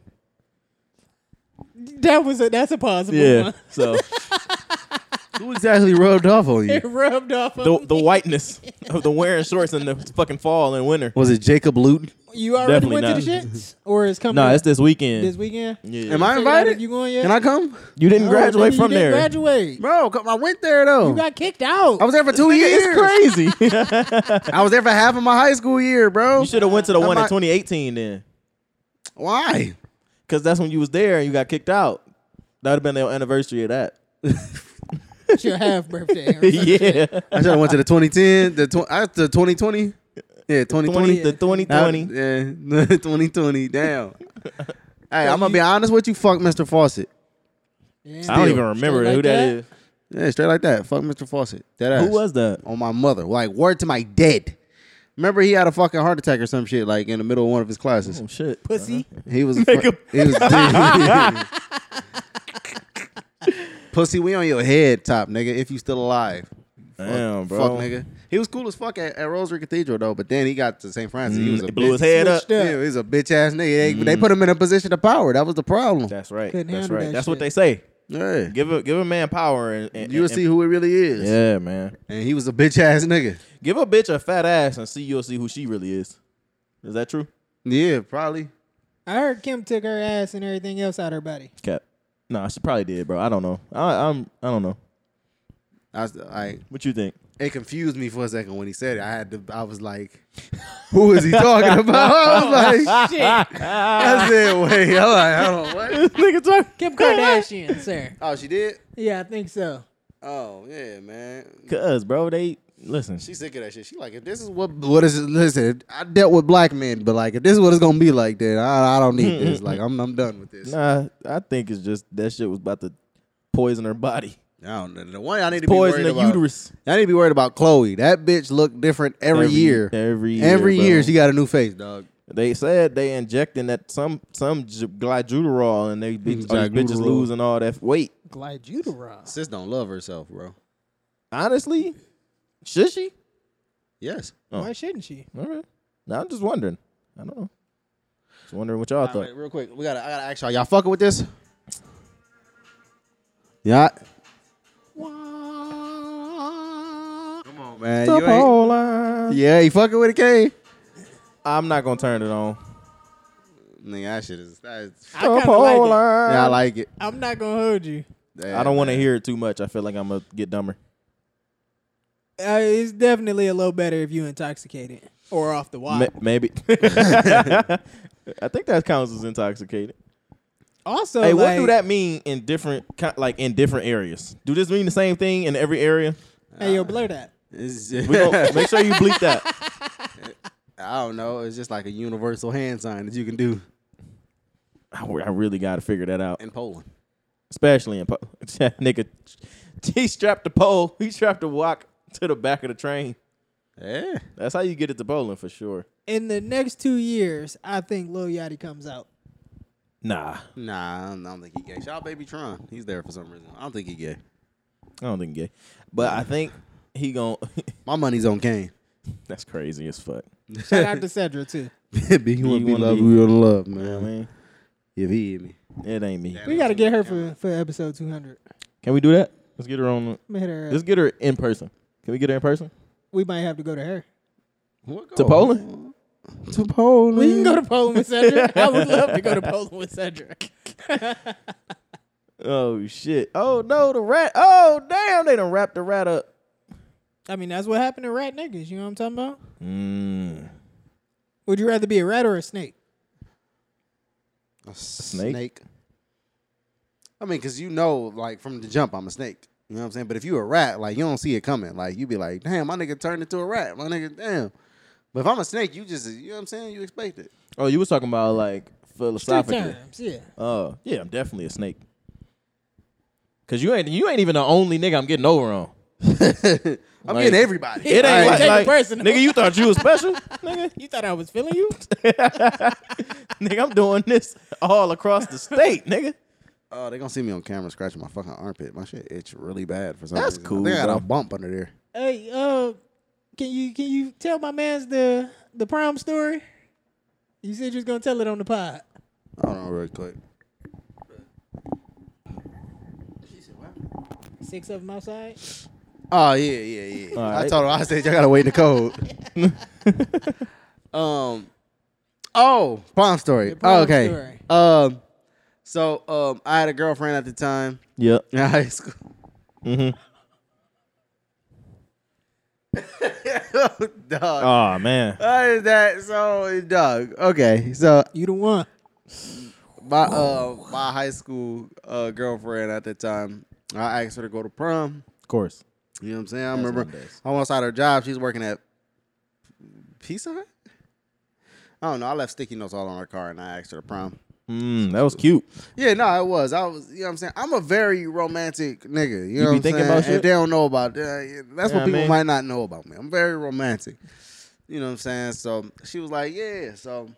Speaker 3: That was a that's a possible
Speaker 1: Yeah.
Speaker 3: one.
Speaker 1: so
Speaker 2: Who exactly rubbed off on
Speaker 3: [LAUGHS] It
Speaker 2: you?
Speaker 3: rubbed off.
Speaker 1: the
Speaker 3: on
Speaker 1: the whiteness of the wearing shorts in the fucking fall and winter.
Speaker 2: Was it Jacob Luton?
Speaker 3: you already
Speaker 1: Definitely
Speaker 3: went to the
Speaker 1: not.
Speaker 3: shits, or is coming?
Speaker 1: No,
Speaker 3: up
Speaker 1: it's this weekend.
Speaker 3: this weekend.
Speaker 1: yeah.
Speaker 2: Am I
Speaker 3: Figured out if
Speaker 2: invited?
Speaker 3: You going yet?
Speaker 2: Can I come,
Speaker 1: You didn't
Speaker 3: Oh,
Speaker 1: graduate
Speaker 3: nigga,
Speaker 1: from
Speaker 3: you didn't
Speaker 1: there.
Speaker 3: Graduate.
Speaker 2: bro? Come, I went there though.
Speaker 3: You got kicked out.
Speaker 2: I was there for two years.
Speaker 1: It's crazy.
Speaker 2: [LAUGHS]
Speaker 1: [LAUGHS]
Speaker 2: I was there for half of my high school year, bro.
Speaker 1: you should have went to the
Speaker 2: I'm
Speaker 1: one in
Speaker 2: not-
Speaker 1: 2018 then,
Speaker 2: Why?
Speaker 1: because that's when you was there and you got kicked out. That would have been the anniversary of that.
Speaker 3: It's your
Speaker 1: [LAUGHS]
Speaker 3: half birthday. or something.
Speaker 1: yeah,
Speaker 2: I should have went to the 2010, the tw- I, the 2020. Yeah,
Speaker 1: 20,
Speaker 2: 2020.
Speaker 1: the 2020.
Speaker 2: I- yeah, [LAUGHS]
Speaker 1: [LAUGHS]
Speaker 2: 2020. Damn. hey, I'm gonna be honest with you. Fuck Mr. Fawcett.
Speaker 3: Yeah.
Speaker 1: I don't
Speaker 2: Still.
Speaker 1: even remember
Speaker 3: Like
Speaker 1: who
Speaker 3: that?
Speaker 1: that is.
Speaker 2: Yeah, straight like that. Fuck Mr. Fawcett. That ass.
Speaker 1: Who was that?
Speaker 2: on my mother? Like word to my dead. Remember he had a fucking heart attack or some shit like in the middle of one of his classes.
Speaker 1: Some shit.
Speaker 3: Pussy.
Speaker 2: He was
Speaker 1: Make him- [LAUGHS]
Speaker 2: he was pussy. We on your head top, nigga. If you still alive,
Speaker 1: Damn,
Speaker 2: fuck,
Speaker 1: bro.
Speaker 2: fuck, nigga. He was cool as fuck at, at Rosary Cathedral though, but then he got to St. Francis. he was a
Speaker 1: It Mm, blew
Speaker 2: bitch.
Speaker 1: his head up. Mm-hmm.
Speaker 3: Switched up.
Speaker 2: Yeah, he's a bitch ass nigga. They, they put him in a position of power. That was the problem.
Speaker 1: That's right.
Speaker 3: Couldn't
Speaker 1: That's
Speaker 3: handle
Speaker 1: right.
Speaker 3: that
Speaker 1: That's what
Speaker 3: shit.
Speaker 1: they say.
Speaker 2: Yeah.
Speaker 1: Give a give a man power and, and
Speaker 2: You'll
Speaker 1: and-
Speaker 2: see who it really is.
Speaker 1: Yeah, man.
Speaker 2: And he was a bitch ass nigga.
Speaker 1: Give a bitch a fat ass and see you'll see who she really is. Is that true?
Speaker 2: Yeah, probably.
Speaker 3: I heard Kim took her ass and everything else out her body.
Speaker 1: Cap. Nah, she probably did, bro. I don't know. I, I'm I don't know.
Speaker 2: I, was- I
Speaker 1: What you
Speaker 2: [LAUGHS]
Speaker 1: think?
Speaker 2: it confused me for a second when he said it. I had to I was like, who is he talking about? [LAUGHS] I was like,
Speaker 3: [LAUGHS] Shit.
Speaker 1: Ah.
Speaker 2: I said, wait, I'm like, hold on, what?
Speaker 1: Nigga talk.
Speaker 3: Kim [LAUGHS] Kardashian, sir.
Speaker 2: Oh, she did?
Speaker 3: Yeah, I think so.
Speaker 2: Oh, yeah, man.
Speaker 1: Cause bro, they listen.
Speaker 2: She's sick of that shit. She like, if this is what what is it? Listen, I dealt with black men, but like if this is what it's gonna be like, then I, I don't need this. Like I'm I'm done
Speaker 1: [LAUGHS]
Speaker 2: with this.
Speaker 1: Nah, I think it's just that shit was about to poison her body.
Speaker 2: I don't know. The one I need to be
Speaker 1: Poison
Speaker 2: worried
Speaker 1: the
Speaker 2: about.
Speaker 1: uterus.
Speaker 2: I need to be worried about Chloe. That bitch looked different every,
Speaker 1: Every-
Speaker 2: year.
Speaker 1: every year,
Speaker 2: every year
Speaker 1: bro.
Speaker 2: she got a new face, dog.
Speaker 1: They said they injecting that some some j- glyduderol and they be, all these bitches
Speaker 2: Glyduderol.
Speaker 1: losing all that weight.
Speaker 3: Glyduderol.
Speaker 2: Sis don't love herself, bro.
Speaker 1: Honestly, should she?
Speaker 2: Yes.
Speaker 1: Oh.
Speaker 3: Why shouldn't she?
Speaker 1: All right. Now I'm just wondering. I don't know. Just wondering what y'all
Speaker 2: All
Speaker 1: thought.
Speaker 2: right, real quick, we gotta I gotta ask y'all. Y'all fucking with this? Yeah. Come on, man. You ain't, yeah, you fucking with a K.
Speaker 1: I'm not gonna turn it on.
Speaker 2: Nigga, that shit is. That is
Speaker 3: I kind of like it.
Speaker 2: yeah, I like it.
Speaker 3: I'm not gonna hold you.
Speaker 1: I don't want to hear it too much. I feel like I'm gonna get dumber.
Speaker 3: Uh, it's definitely a little better if you intoxicated or off the
Speaker 1: Ma-
Speaker 3: water.
Speaker 1: maybe. [LAUGHS] I think that counts as intoxicated.
Speaker 3: also,
Speaker 1: hey, what
Speaker 3: like,
Speaker 1: do that mean in different ki- like in different areas? Do this mean the same thing in every area?
Speaker 3: Hey, yo, blur that.
Speaker 2: to.
Speaker 1: We
Speaker 2: [LAUGHS]
Speaker 1: gonna make sure you bleep that.
Speaker 2: I don't know. It's just like a universal hand sign that you can do
Speaker 1: I, w- I really gotta figure that out,
Speaker 2: in Poland.
Speaker 1: especially in po- [LAUGHS] that nigga. He strapped the pole. He strapped the walk to the back of the train.
Speaker 2: Yeah.
Speaker 1: That's how you get it to Poland for sure.
Speaker 3: In the next two years, I think Lil Yachty comes [LAUGHS] out.
Speaker 1: Nah,
Speaker 2: Nah, I don't, I don't think he gay. Shout out Baby Tron. He's there for some reason. I don't think he gay.
Speaker 1: I don't think gay, but I think he gon' [LAUGHS]
Speaker 2: My money's on Kane. [LAUGHS]
Speaker 1: That's crazy as fuck.
Speaker 3: Shout out to Cedra too.
Speaker 2: Big, you want to be
Speaker 1: wanna
Speaker 2: loved,
Speaker 1: be-
Speaker 2: we want to love, man.
Speaker 1: You know what I mean,
Speaker 2: If he hit me.
Speaker 1: it ain't me.
Speaker 3: We gotta get her for, for episode 200.
Speaker 1: Can we do that? Let's get her on.
Speaker 3: I'ma hit her up.
Speaker 1: Let's get her in person. Can we get her in person
Speaker 3: We might have to go to her.
Speaker 2: What
Speaker 1: to
Speaker 2: go-
Speaker 1: Poland?
Speaker 2: To Poland.
Speaker 3: [LAUGHS] We can go to Poland with [LAUGHS] Cedric. I would love to go to Poland with Cedric.
Speaker 1: Oh shit! Oh no, the rat! Oh damn, they done wrapped the rat up.
Speaker 3: I mean, that's what happened to rat niggas. You know what I'm talking about?
Speaker 1: Mm.
Speaker 3: Would you rather be a rat or a snake?
Speaker 2: A snake.
Speaker 1: snake?
Speaker 2: I mean, cause you know, like from the jump, I'm a snake. You know what I'm saying? But if you a rat, like you don't see it coming. Like you be like, damn, my nigga turned into a rat. My nigga, damn. But if I'm a snake, you just, you know what I'm saying? You expect it.
Speaker 1: Oh, you was talking about like
Speaker 3: Two
Speaker 1: philosophically.
Speaker 3: times, yeah.
Speaker 1: Oh, yeah, I'm definitely a snake. Cause you ain't you ain't even the only nigga I'm getting over on.
Speaker 2: I'm
Speaker 1: Like-
Speaker 2: getting everybody.
Speaker 1: It ain't
Speaker 3: Right.
Speaker 1: like,
Speaker 3: Take it
Speaker 1: like,
Speaker 3: personal.
Speaker 1: nigga, you thought you was special,
Speaker 3: [LAUGHS]
Speaker 1: nigga.
Speaker 3: You thought I was feeling you?
Speaker 1: Nigga, I'm doing this all across the state, nigga.
Speaker 2: Oh, they gonna see me on camera scratching my fucking armpit. My shit itch really bad for some
Speaker 1: That's
Speaker 2: reason.
Speaker 1: cool,
Speaker 2: I think I got
Speaker 1: bro.
Speaker 2: a bump under there.
Speaker 3: hey, uh, can you can you tell my man's the the prom story? You said you was gonna tell it on the pod.
Speaker 2: Hold on, real quick.
Speaker 3: Six of them outside.
Speaker 2: Oh yeah, yeah, yeah.
Speaker 1: All
Speaker 2: I
Speaker 1: right.
Speaker 2: told her I said y'all gotta wait in the
Speaker 1: [LAUGHS]
Speaker 2: cold. um, oh, prom story.
Speaker 3: The prom
Speaker 2: okay.
Speaker 3: story.
Speaker 2: Um, so um, I had a girlfriend at the time
Speaker 1: Yep.
Speaker 2: in high school. Mm-hmm. [LAUGHS] dog.
Speaker 1: Oh man.
Speaker 2: What is that? So dog. Okay. So
Speaker 3: You the one.
Speaker 2: my uh my high school uh girlfriend at the time, I asked her to go to prom.
Speaker 1: Of course.
Speaker 2: You know what I'm saying? I
Speaker 1: That's
Speaker 2: remember
Speaker 1: one of those.
Speaker 2: I almost out her job. She's working at Pizza Hut. I don't know. I left sticky notes all on her car, and I asked her to prom.
Speaker 1: Mm, that was cute.
Speaker 2: Yeah, no, it was. I was. You know what I'm saying? I'm a very romantic nigga. You, know
Speaker 1: be
Speaker 2: what I'm
Speaker 1: thinking
Speaker 2: saying?
Speaker 1: about
Speaker 2: If
Speaker 1: shit?
Speaker 2: they don't know about that, that's
Speaker 1: Yeah,
Speaker 2: what people
Speaker 1: man.
Speaker 2: might not know about me. I'm very romantic. You know what I'm saying? So she was like, "Yeah." So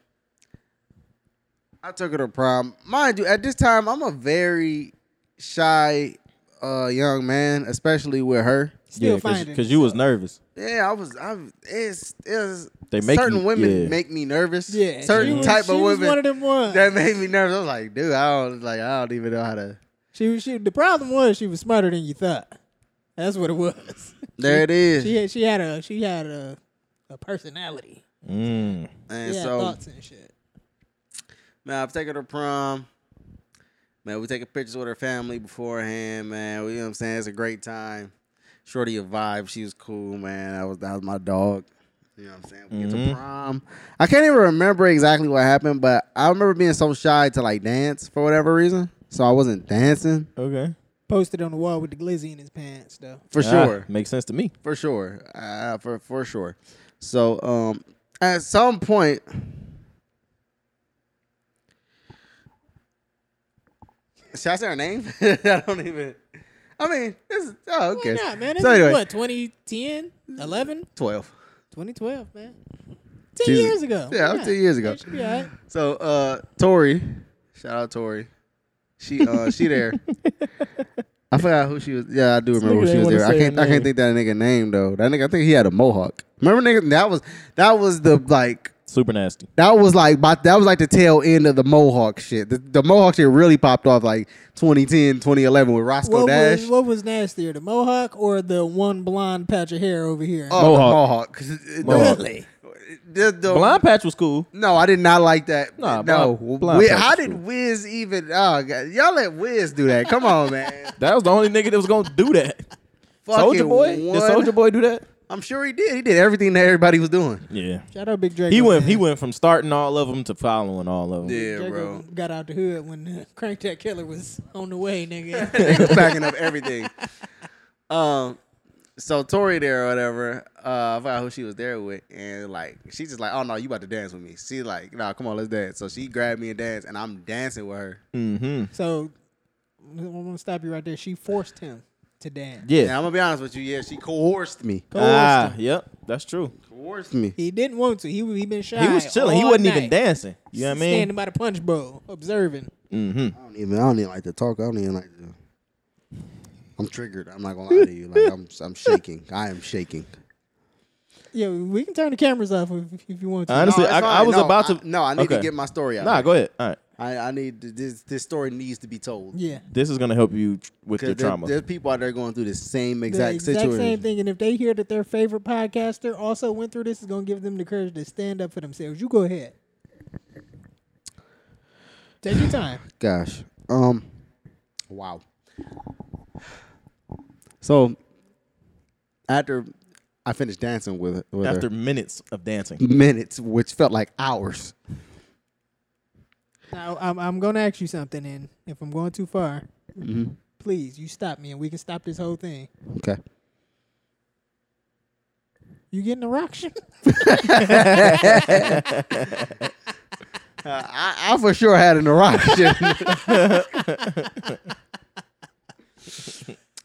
Speaker 2: I took her to prom. Mind you, at this time, I'm a very shy uh, young man, especially with her.
Speaker 3: Still
Speaker 1: yeah,
Speaker 3: finding.
Speaker 1: because you was nervous.
Speaker 2: Yeah, I was. I it's it's
Speaker 1: They make
Speaker 2: certain
Speaker 1: you-
Speaker 2: women
Speaker 1: yeah.
Speaker 2: make me nervous.
Speaker 3: Yeah, she
Speaker 2: certain
Speaker 3: was-
Speaker 2: type
Speaker 3: she
Speaker 2: of
Speaker 3: was
Speaker 2: women
Speaker 3: one of them ones.
Speaker 2: that made me nervous. I was like, dude, I don't like. I don't even know how to.
Speaker 3: She was she the problem was she was smarter than you thought. That's what it was. [LAUGHS]
Speaker 2: There it is.
Speaker 3: she had she had a she had a a personality.
Speaker 1: Mm.
Speaker 2: and
Speaker 3: Yeah,
Speaker 2: so
Speaker 3: thoughts and shit.
Speaker 2: man, I've taken her to prom. Man, we taking pictures with her family beforehand. Man, you know what I'm saying? It's a great time. Shorty a vibe. She was cool, man. That was that was my dog. You know what I'm saying? We
Speaker 1: Mm-hmm.
Speaker 2: get to prom. I can't even remember exactly what happened, but I remember being so shy to like dance for whatever reason. So I wasn't dancing.
Speaker 1: Okay.
Speaker 3: Posted on the wall with the glizzy in his pants though.
Speaker 2: For
Speaker 1: Ah,
Speaker 2: sure.
Speaker 1: makes sense to me.
Speaker 2: For sure. Uh, for for sure. So um at some point Should I say her name? [LAUGHS] I don't even I mean, this is oh
Speaker 3: Why
Speaker 2: okay.
Speaker 3: not, man? This
Speaker 2: so
Speaker 3: is
Speaker 2: anyway,
Speaker 3: what 2010, 11,
Speaker 2: twelve.
Speaker 3: 2012, man. Ten
Speaker 2: Jesus.
Speaker 3: years ago.
Speaker 2: Yeah,
Speaker 3: Why
Speaker 2: I'm
Speaker 3: not?
Speaker 2: 10 years ago.
Speaker 3: It should be all right.
Speaker 2: So uh Tori, shout out Tori. She uh
Speaker 1: [LAUGHS]
Speaker 2: she there. I forgot who she was. Yeah, I do remember
Speaker 1: nigga
Speaker 2: who she
Speaker 1: ain't
Speaker 2: was
Speaker 1: wanna
Speaker 2: there. I
Speaker 1: say her
Speaker 2: can't I
Speaker 1: name.
Speaker 2: can't think that nigga name though. That nigga I think he had a mohawk. Remember nigga that was that was the like
Speaker 1: Super nasty.
Speaker 2: That was like by, that was like the tail end of the Mohawk shit. The, the Mohawk shit really popped off like 2010, 2011 with Roscoe
Speaker 3: What
Speaker 2: Dash.
Speaker 3: was what was nastier, the mohawk or the one blonde patch of hair over here?
Speaker 2: oh,
Speaker 1: Mohawk.
Speaker 2: the Mohawk. [LAUGHS]
Speaker 1: Mohawk.
Speaker 3: really?
Speaker 2: The- the-
Speaker 1: Blind patch was cool.
Speaker 2: No, I did not like that.
Speaker 1: Nah,
Speaker 2: no,
Speaker 1: blind- blind
Speaker 2: Wi-
Speaker 1: patch
Speaker 2: how
Speaker 1: is
Speaker 2: did
Speaker 1: cool.
Speaker 2: Wiz even? Oh, God. y'all let Wiz do that? Come on, man.
Speaker 1: That was the only nigga that was gonna do that. [LAUGHS] Soldier
Speaker 2: [LAUGHS] Fucking
Speaker 1: Boy? Did
Speaker 2: one-
Speaker 1: Soldier Boy do that?
Speaker 2: I'm sure he did. He did everything that everybody was doing.
Speaker 1: Yeah.
Speaker 3: Shout out Big Drake.
Speaker 1: He went
Speaker 3: man.
Speaker 1: he went from starting all of them to following all of them.
Speaker 2: Yeah,
Speaker 3: Draco
Speaker 2: bro.
Speaker 3: Got out the [LAUGHS] hood when uh, Crank That Killer was on the way,
Speaker 2: [LAUGHS]
Speaker 3: nigga.
Speaker 2: Niggas backing up everything. Um, so Tori there or whatever, uh, I forgot who she was there with, and like she just like, oh no, you about to dance with me? She like, nah, come on, let's dance. So she grabbed me and danced, and I'm dancing with her.
Speaker 1: Mm-hmm.
Speaker 3: so I'm gonna stop you right there. She forced him to dance.
Speaker 1: Yeah.
Speaker 2: And I'm gonna be honest with you, yeah, she coerced me,
Speaker 3: Coerced
Speaker 1: ah,
Speaker 3: him.
Speaker 1: yep. That's true.
Speaker 2: coerced me.
Speaker 3: He didn't want to. He was- he been shy.
Speaker 1: He was chilling. He
Speaker 3: all
Speaker 1: wasn't even
Speaker 3: night.
Speaker 1: dancing. You know what I mean?
Speaker 3: Standing by the punch bowl, observing.
Speaker 1: Mm-hmm.
Speaker 2: I don't even, I don't even like to talk. I don't even like to. I'm triggered. I'm not gonna lie to you.
Speaker 1: [LAUGHS]
Speaker 2: Like I'm, I'm shaking. I am shaking.
Speaker 3: Yeah, we can turn the cameras off if, if you want to.
Speaker 1: Honestly,
Speaker 2: No, it's
Speaker 1: I, I
Speaker 2: fine.
Speaker 1: was
Speaker 2: No,
Speaker 1: about
Speaker 2: I-
Speaker 1: to.
Speaker 2: no, I need to
Speaker 1: Okay.
Speaker 2: get my story out.
Speaker 1: Nah, go ahead. All right.
Speaker 2: I, I need to- this. This story needs to be told.
Speaker 3: yeah,
Speaker 1: This is gonna help you tr- with your
Speaker 2: Because there,
Speaker 1: trauma.
Speaker 2: there's people out there going through the same
Speaker 3: the
Speaker 2: exact, situation.
Speaker 3: same thing. And if they hear that their favorite podcaster also went through this, it's gonna give them the courage to stand up for themselves. You go ahead. Take your time.
Speaker 2: Gosh. Um. Wow. So after I finished dancing with, with
Speaker 1: after
Speaker 2: her
Speaker 1: minutes of dancing.
Speaker 2: minutes, which felt like hours.
Speaker 3: Now, I'm, I'm going to ask you something, and if I'm going too far,
Speaker 2: Mm-hmm.
Speaker 3: please, you stop me and we can stop this whole thing.
Speaker 2: Okay.
Speaker 3: You getting erection?
Speaker 2: I, I for sure had an erection.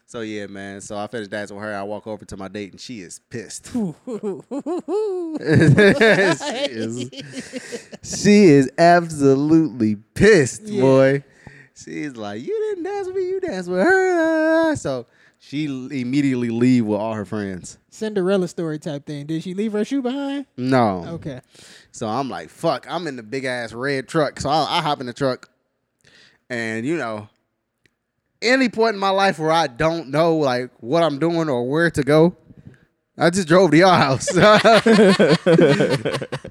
Speaker 2: so yeah, man. So I finished dancing with her. I walk over to my date and she is pissed. [LAUGHS] she, is, [LAUGHS] she is absolutely pissed,
Speaker 3: Yeah.
Speaker 2: boy. She's like, you didn't dance with me, you danced with her. So she immediately leave with all her friends.
Speaker 3: [LAUGHS] Cinderella story type thing. Did she leave her shoe behind?
Speaker 2: No.
Speaker 3: Okay.
Speaker 2: So I'm like, fuck, I'm in the big ass red truck. So I, I hop in the truck. And, you know, any point in my life where I don't know like what I'm doing or where to go, I just drove to your house. [LAUGHS]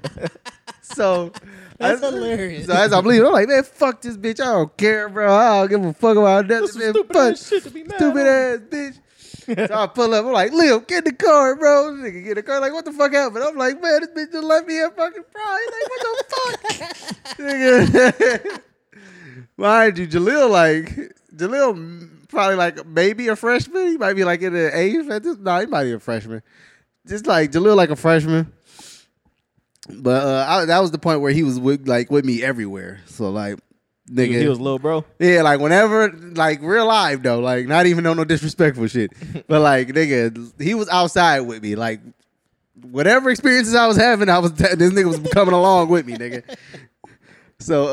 Speaker 2: so
Speaker 3: That's
Speaker 2: I-
Speaker 3: hilarious.
Speaker 2: So as I'm leaving, I'm like, man, fuck this bitch. I don't care, bro. I don't give a fuck about that.
Speaker 1: That's some
Speaker 2: man.
Speaker 1: stupid
Speaker 2: Fuck
Speaker 1: ass shit to be mad
Speaker 2: stupid
Speaker 1: over.
Speaker 2: ass bitch. So I pull up. I'm like, Liam, get in the car, bro. This nigga get in the car. Like, what the fuck happened? I'm like, man, this bitch just left me here fucking proud. He's like, what the fuck? Nigga. Mind you, Jaleel, like, Jaleel mm, probably like maybe a freshman. He might be like in the eighth at this. No, he might be a freshman. Just like Jaleel, like a freshman. But uh, I, that was the point where he was with, like with me everywhere. So like, nigga,
Speaker 1: He was little bro.
Speaker 2: yeah, like whenever, like real life though, like not even on no
Speaker 1: [LAUGHS]
Speaker 2: disrespectful shit, but like nigga, he was outside with me, like whatever experiences I was having, I was [LAUGHS] this nigga was coming along with me, nigga. So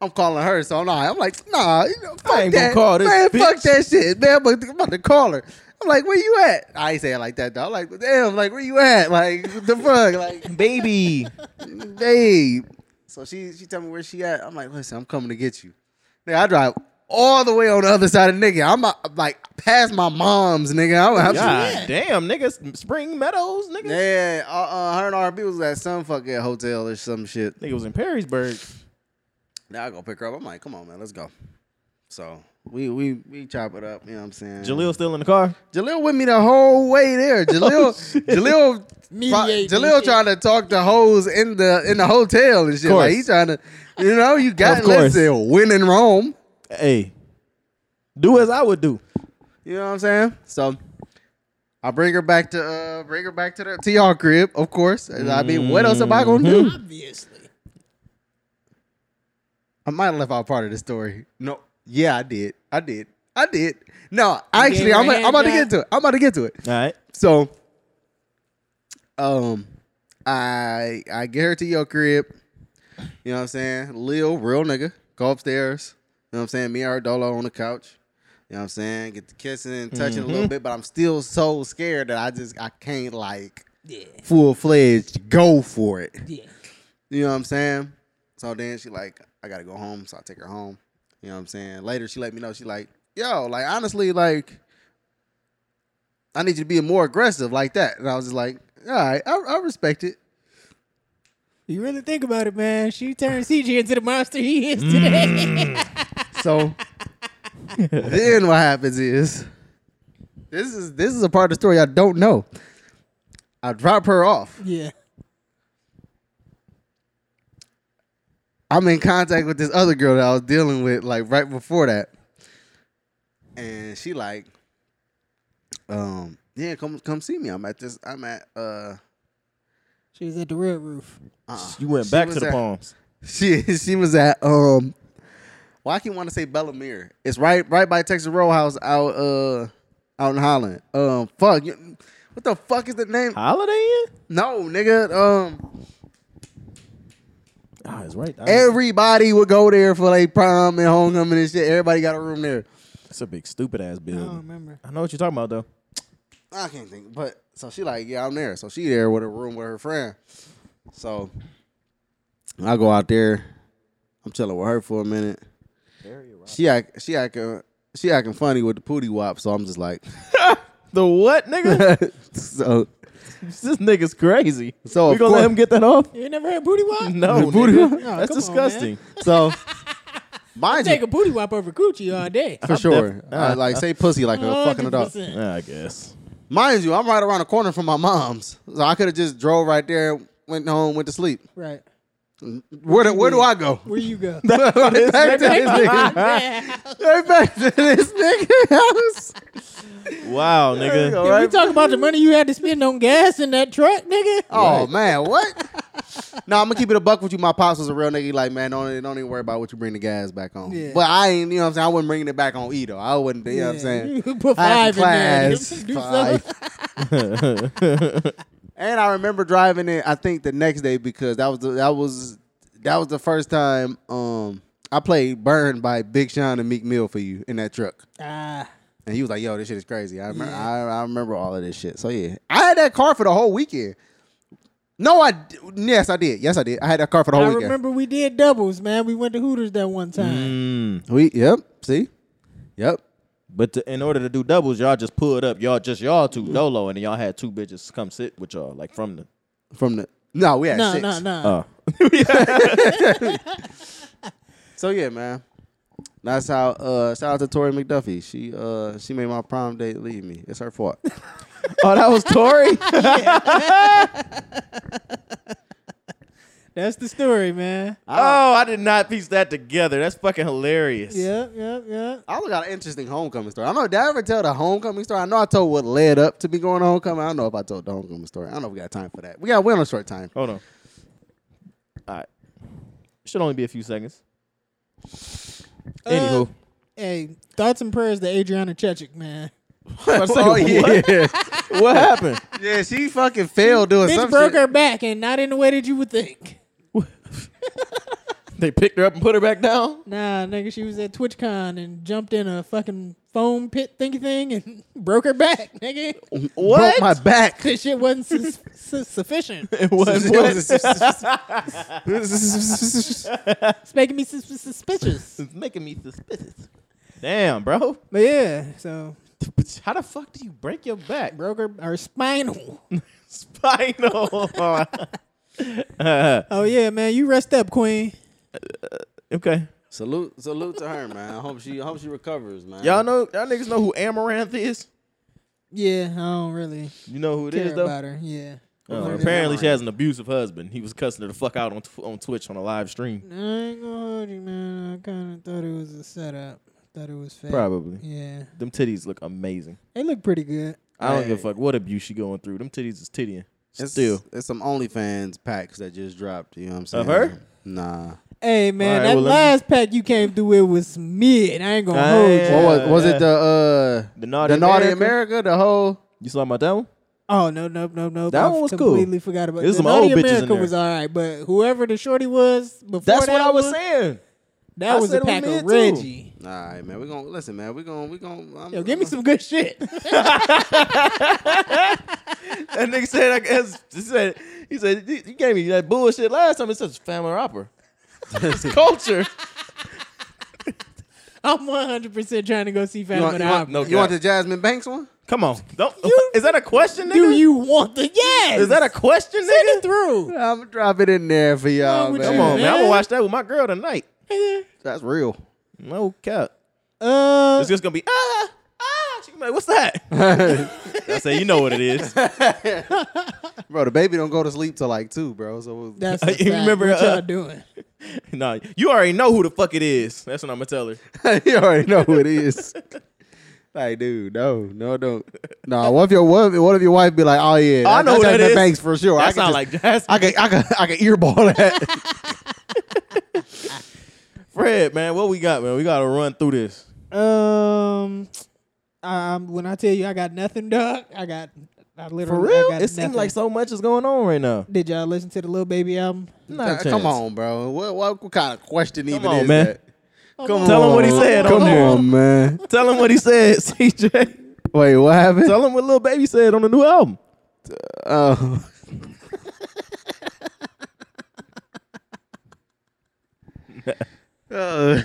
Speaker 2: uh, I'm calling her, so I'm like, I'm like, nah, you know, fuck
Speaker 1: ain't gonna
Speaker 2: that,
Speaker 1: call this
Speaker 2: man,
Speaker 1: bitch.
Speaker 2: fuck that shit, man. I'm about to- I'm about to call her. I'm like, where you at? I ain't say it like that though. I'm like, damn, like where you at? Like what the fuck,
Speaker 1: [LAUGHS]
Speaker 2: like
Speaker 1: Baby.
Speaker 2: babe. So she she tell me where she at. I'm like, listen, I'm coming to get you. Nigga, I drive all the way on the other side of nigga. I'm uh, like past my mom's nigga. I'm, I'm
Speaker 1: God damn, nigga. Spring Meadows, nigga.
Speaker 2: yeah. Uh, uh, her and RB was at some fucking hotel or some shit.
Speaker 1: Nigga was in Perrysburg.
Speaker 2: Now I go pick her up. I'm like, come on, man, let's go. So we we we chop it up. You know what I'm saying?
Speaker 1: Jaleel still in the car.
Speaker 2: Jaleel with me the whole
Speaker 1: [LAUGHS]
Speaker 2: way
Speaker 1: Oh,
Speaker 2: there. Jaleel Jaleel Jaleel
Speaker 3: Mediate this shit.
Speaker 2: trying to talk to hoes in the in the hotel and shit.
Speaker 1: course.
Speaker 2: Like he trying to, you know, you got
Speaker 1: Of course.
Speaker 2: listen, win in Rome.
Speaker 1: Hey. Do as I would do.
Speaker 2: You know what I'm saying? So I bring her back to uh bring her back to the to y'all crib, of course. And I mean, what else am I gonna
Speaker 1: Mm-hmm.
Speaker 2: do?
Speaker 3: Obviously.
Speaker 2: I might have left out part of the story. No, yeah, I did. I did. I did. No, actually,
Speaker 3: gave her
Speaker 2: I'm, I'm about to
Speaker 3: hand
Speaker 2: get to it. I'm about to get to it.
Speaker 1: All right.
Speaker 2: So, um, I I get her to your crib. You know what I'm saying? Lil, real nigga, go upstairs. You know what I'm saying? Me and her dolo on the couch. You know what I'm saying? Get the kissing and touching a little bit, but I'm still so scared that I just I can't like
Speaker 3: Yeah.
Speaker 2: full fledged go for it.
Speaker 3: Yeah.
Speaker 2: You know what I'm saying? So then she like, I gotta go home, so I take her home. You know what I'm saying? Later she let me know, she like, yo, like honestly, like I need you to be more aggressive like that. And I was just like, all right, I, I respect it.
Speaker 3: You really think about it, man. She turned CJ into the monster he
Speaker 2: Mm.
Speaker 3: is today. [LAUGHS]
Speaker 2: So then what happens is this is this is a part of the story I don't know. I drop her off.
Speaker 3: yeah.
Speaker 2: I'm in contact with this other girl that I was dealing with like right before that, and she like, um, yeah, come come see me. I'm at this. I'm at uh. [LAUGHS]
Speaker 3: She was at the red roof.
Speaker 2: uh
Speaker 1: You went
Speaker 2: She
Speaker 1: back
Speaker 2: was
Speaker 1: to the
Speaker 2: at-
Speaker 1: palms.
Speaker 2: She she was at um. Well, I can want to say Bellamere. It's right right by Texas Roadhouse out uh out in Holland. Um, fuck, you, what the fuck is the name?
Speaker 1: Holiday Inn?
Speaker 2: No, nigga. Um,
Speaker 1: Ah, it's right. I-
Speaker 2: everybody would go there for like prom and homecoming and shit. Everybody got a room there.
Speaker 1: That's a big stupid ass
Speaker 3: I
Speaker 1: building.
Speaker 3: don't remember.
Speaker 1: I know what you're talking about though.
Speaker 2: I can't think. But so she like, yeah, I'm there. So she there with a room with her friend. So I go out there. I'm chilling with her for a minute. She act, she acting, she acting funny with the pooty wop. So I'm just like, [LAUGHS]
Speaker 1: The what, nigga?
Speaker 2: so
Speaker 1: this nigga's crazy.
Speaker 2: So,
Speaker 1: we
Speaker 2: of
Speaker 1: gonna let
Speaker 2: course-
Speaker 1: him get that off?
Speaker 3: You ain't never had booty wop?
Speaker 1: No,
Speaker 2: The booty
Speaker 1: [LAUGHS] nigga.
Speaker 2: wop?
Speaker 3: No,
Speaker 1: that's
Speaker 3: come on,
Speaker 1: disgusting.
Speaker 2: so. Mind
Speaker 3: Take
Speaker 2: you,
Speaker 3: a
Speaker 2: [LAUGHS]
Speaker 3: booty wop over coochie all day.
Speaker 2: for sure.
Speaker 1: def-
Speaker 3: Oh,
Speaker 2: I, like say pussy like a fucking adult.
Speaker 3: 100%.
Speaker 1: Ah, I guess.
Speaker 2: Mind you, I'm right around the corner from my mom's, so I could have just drove right there, went home, went to sleep.
Speaker 3: Right.
Speaker 2: Where do, where do I go? [LAUGHS]
Speaker 3: Where you [LAUGHS] go?
Speaker 2: back to this [LAUGHS] nigga.
Speaker 3: Man.
Speaker 2: Right back to this nigga [LAUGHS] house.
Speaker 1: Wow,
Speaker 2: There you
Speaker 1: nigga.
Speaker 2: go,
Speaker 3: Did we
Speaker 2: right?
Speaker 3: talk about the money you had to spend on gas in that truck, nigga?
Speaker 2: Oh man, what? [LAUGHS] no, I'm gonna keep it a buck with you. My pops was a real nigga. He Like man, don't don't even worry about what you bring the gas back on.
Speaker 3: Yeah.
Speaker 2: But I ain't, you know what I'm saying. I wasn't bringing it back on either. I wouldn't. You know what I'm saying. [LAUGHS]
Speaker 3: You Put
Speaker 2: I had
Speaker 3: five
Speaker 2: some
Speaker 3: in there.
Speaker 2: class.
Speaker 3: [LAUGHS] Do
Speaker 2: Five.
Speaker 3: something.
Speaker 2: And I remember driving it. I think the next day because that was the, that was that was the first time um I played "Burn" by Big Sean and Meek Mill for you in that truck.
Speaker 3: Ah,
Speaker 2: And he was like, "Yo, this shit is crazy." I remember, I, I remember all of this shit. So yeah, I had that car for the whole weekend. No, I d- yes, I did. Yes, I did. I had that car for the whole
Speaker 3: I
Speaker 2: weekend.
Speaker 3: remember we did doubles, man. We went to Hooters that one time.
Speaker 1: Mm.
Speaker 2: We yep. See, yep.
Speaker 1: [LAUGHS] But to, in order to do doubles, y'all just pulled up. Y'all just y'all two dolo, and then y'all had two bitches come sit with y'all, like from the.
Speaker 2: From the no, we had
Speaker 3: No,
Speaker 2: six.
Speaker 3: no, no.
Speaker 1: Uh,
Speaker 2: So yeah, man. That's how. Uh, shout out to Tori McDuffie. She uh she made my prom date leave me. It's her
Speaker 3: [LAUGHS]
Speaker 2: fault.
Speaker 1: [LAUGHS] oh, that was [LAUGHS] Tori.
Speaker 3: That's the story, man.
Speaker 1: oh, I did not piece that together. That's fucking hilarious.
Speaker 3: Yep, yep, yep.
Speaker 2: I also got an interesting homecoming story. I don't know. Did I ever tell the homecoming story? I know I told what led up to me going to homecoming. I don't know if I told the homecoming story. I don't know if we got time for that. We got we on a short
Speaker 3: [LAUGHS]
Speaker 2: time.
Speaker 1: Hold on. All right. Should only be a few [LAUGHS] seconds. Anywho.
Speaker 3: Uh, hey, thoughts and prayers to Adriana Chechik, man.
Speaker 2: [LAUGHS] oh yeah,
Speaker 1: what happened?
Speaker 2: yeah. She fucking failed doing
Speaker 3: Bitch
Speaker 2: some
Speaker 3: broke
Speaker 2: shit.
Speaker 3: her back and not in the way that you would think.
Speaker 1: They picked her up and put her back down.
Speaker 3: Nah, nigga, she was at TwitchCon and jumped in a fucking foam pit thingy thing and [LAUGHS] broke her back, nigga.
Speaker 2: Broke my [LAUGHS] back.
Speaker 3: Cause shit wasn't [LAUGHS] sus- su- sufficient.
Speaker 1: It
Speaker 2: [LAUGHS]
Speaker 1: was [LAUGHS]
Speaker 3: It's making me sus- sus- [LAUGHS] suspicious.
Speaker 1: It's making me suspicious. Damn, bro. [LAUGHS]
Speaker 3: But yeah, so
Speaker 1: How the fuck do you break your back, bro?
Speaker 3: broke her or [LAUGHS] spinal.
Speaker 1: Spinal.
Speaker 3: Oh yeah, man, you rest up, Queen.
Speaker 1: [LAUGHS] okay.
Speaker 2: salute, salute to her, man. I hope she, I hope she recovers, man.
Speaker 1: Y'all know, y'all niggas know who Amaranth is?
Speaker 3: Yeah, I don't really
Speaker 1: You know who it is
Speaker 3: care
Speaker 1: though?
Speaker 3: about her. Yeah.
Speaker 1: Oh,
Speaker 3: Who it is.
Speaker 1: apparently, she has an abusive husband. He was cussing her the fuck out on, tw- on Twitch on a live stream.
Speaker 3: I ain't gonna hold you, man. I kind of thought it was a setup. Thought it was fake.
Speaker 1: Probably.
Speaker 3: Yeah,
Speaker 1: Them titties look amazing.
Speaker 3: they look pretty good.
Speaker 1: I don't give a
Speaker 2: Hey.
Speaker 1: fuck what abuse she going through. Them titties is tittying.
Speaker 2: It's,
Speaker 1: Still.
Speaker 2: it's some OnlyFans packs that just dropped. You know what I'm saying?
Speaker 1: Of her?
Speaker 2: Nah.
Speaker 3: Hey man,
Speaker 1: Alright,
Speaker 3: that
Speaker 1: well, let me-
Speaker 3: last pack you came through with was mid. I ain't gonna
Speaker 1: I
Speaker 3: hold
Speaker 1: am-
Speaker 3: you.
Speaker 2: What was, was
Speaker 1: yeah.
Speaker 2: it the uh
Speaker 1: The Naughty
Speaker 2: the naughty
Speaker 1: America?
Speaker 2: America? The whole
Speaker 1: You saw about that one?
Speaker 3: Oh no, no, no, no.
Speaker 1: That
Speaker 3: I
Speaker 1: one was cool.
Speaker 3: completely forgot about.
Speaker 1: There's
Speaker 3: the
Speaker 1: some old
Speaker 3: Naughty
Speaker 1: bitches in
Speaker 3: America
Speaker 1: there.
Speaker 3: was all right, but whoever the shorty was before
Speaker 1: That's
Speaker 3: that
Speaker 1: what I was
Speaker 3: one,
Speaker 1: saying.
Speaker 3: That
Speaker 1: I
Speaker 3: was
Speaker 1: said
Speaker 3: a
Speaker 1: it was
Speaker 3: pack
Speaker 1: mid,
Speaker 3: of
Speaker 1: too.
Speaker 3: Reggie.
Speaker 2: All right, man. We're going to listen, man. We're going we're going to
Speaker 3: Yo, give me some good shit. [LAUGHS]
Speaker 1: That nigga said, I guess, he said, he said, you you gave me that bullshit last time. It's such family opera. it's culture.
Speaker 3: I'm 100 percent trying to go see
Speaker 2: you
Speaker 3: Fatima
Speaker 2: want,
Speaker 3: the
Speaker 2: you, want,
Speaker 1: no
Speaker 3: Opera.
Speaker 2: you want
Speaker 1: God.
Speaker 2: the Jasmine Banks one?
Speaker 1: Come on. Don't, is that a question, nigga?
Speaker 3: Do you want the yes?
Speaker 1: is that a question,
Speaker 3: send
Speaker 1: nigga? [LAUGHS]
Speaker 3: it through?
Speaker 2: I'm going to drop it in there for y'all,
Speaker 3: with
Speaker 2: man.
Speaker 3: you,
Speaker 1: Come on, man. I'm
Speaker 3: Man.
Speaker 1: gonna watch that with my girl tonight.
Speaker 2: That's real.
Speaker 1: No cap.
Speaker 3: Uh,
Speaker 1: It's just gonna be ah ah. She gonna be like, what's [LAUGHS] that? I say, you know what it is.
Speaker 2: Bro, the baby don't go to sleep till like 2, bro. So
Speaker 1: [LAUGHS]
Speaker 3: that's
Speaker 1: You
Speaker 3: a fact.
Speaker 1: remember,
Speaker 3: what
Speaker 1: uh,
Speaker 3: y'all doing?
Speaker 1: nah, you already know who the fuck it is. That's what I'm gonna tell her.
Speaker 2: [LAUGHS] you already know who it is. [LAUGHS] Like, dude, no, no, don't. Nah, what if your what if, what if your wife be like, oh yeah,
Speaker 1: I know
Speaker 2: that's
Speaker 1: who that
Speaker 2: Jasmine
Speaker 1: is.
Speaker 2: Banks for sure.
Speaker 1: That
Speaker 2: I can
Speaker 1: sound
Speaker 2: just,
Speaker 1: like Jasmine.
Speaker 2: I can, I can, I can earball
Speaker 1: [LAUGHS]
Speaker 2: that.
Speaker 1: Fred, man, what we got, man? We gotta run through this.
Speaker 3: Um, um, when I tell you I got nothing, dog, I got. I literally,
Speaker 1: For
Speaker 3: I
Speaker 1: real?
Speaker 3: got
Speaker 1: It seems
Speaker 3: nothing.
Speaker 1: like so much is going on right now.
Speaker 3: Did y'all listen to the Lil Baby album?
Speaker 1: Not a chance.
Speaker 2: Come on, bro. What, what, what kind of question even
Speaker 1: on,
Speaker 2: is
Speaker 1: man.
Speaker 2: that? Come
Speaker 1: Tell him what he said on
Speaker 2: Come
Speaker 1: there.
Speaker 2: on, man.
Speaker 1: Tell him what he said, [LAUGHS] CJ.
Speaker 2: Wait, what happened?
Speaker 1: Tell him what Lil Baby said on the new album. [LAUGHS]
Speaker 2: Oh. Uh,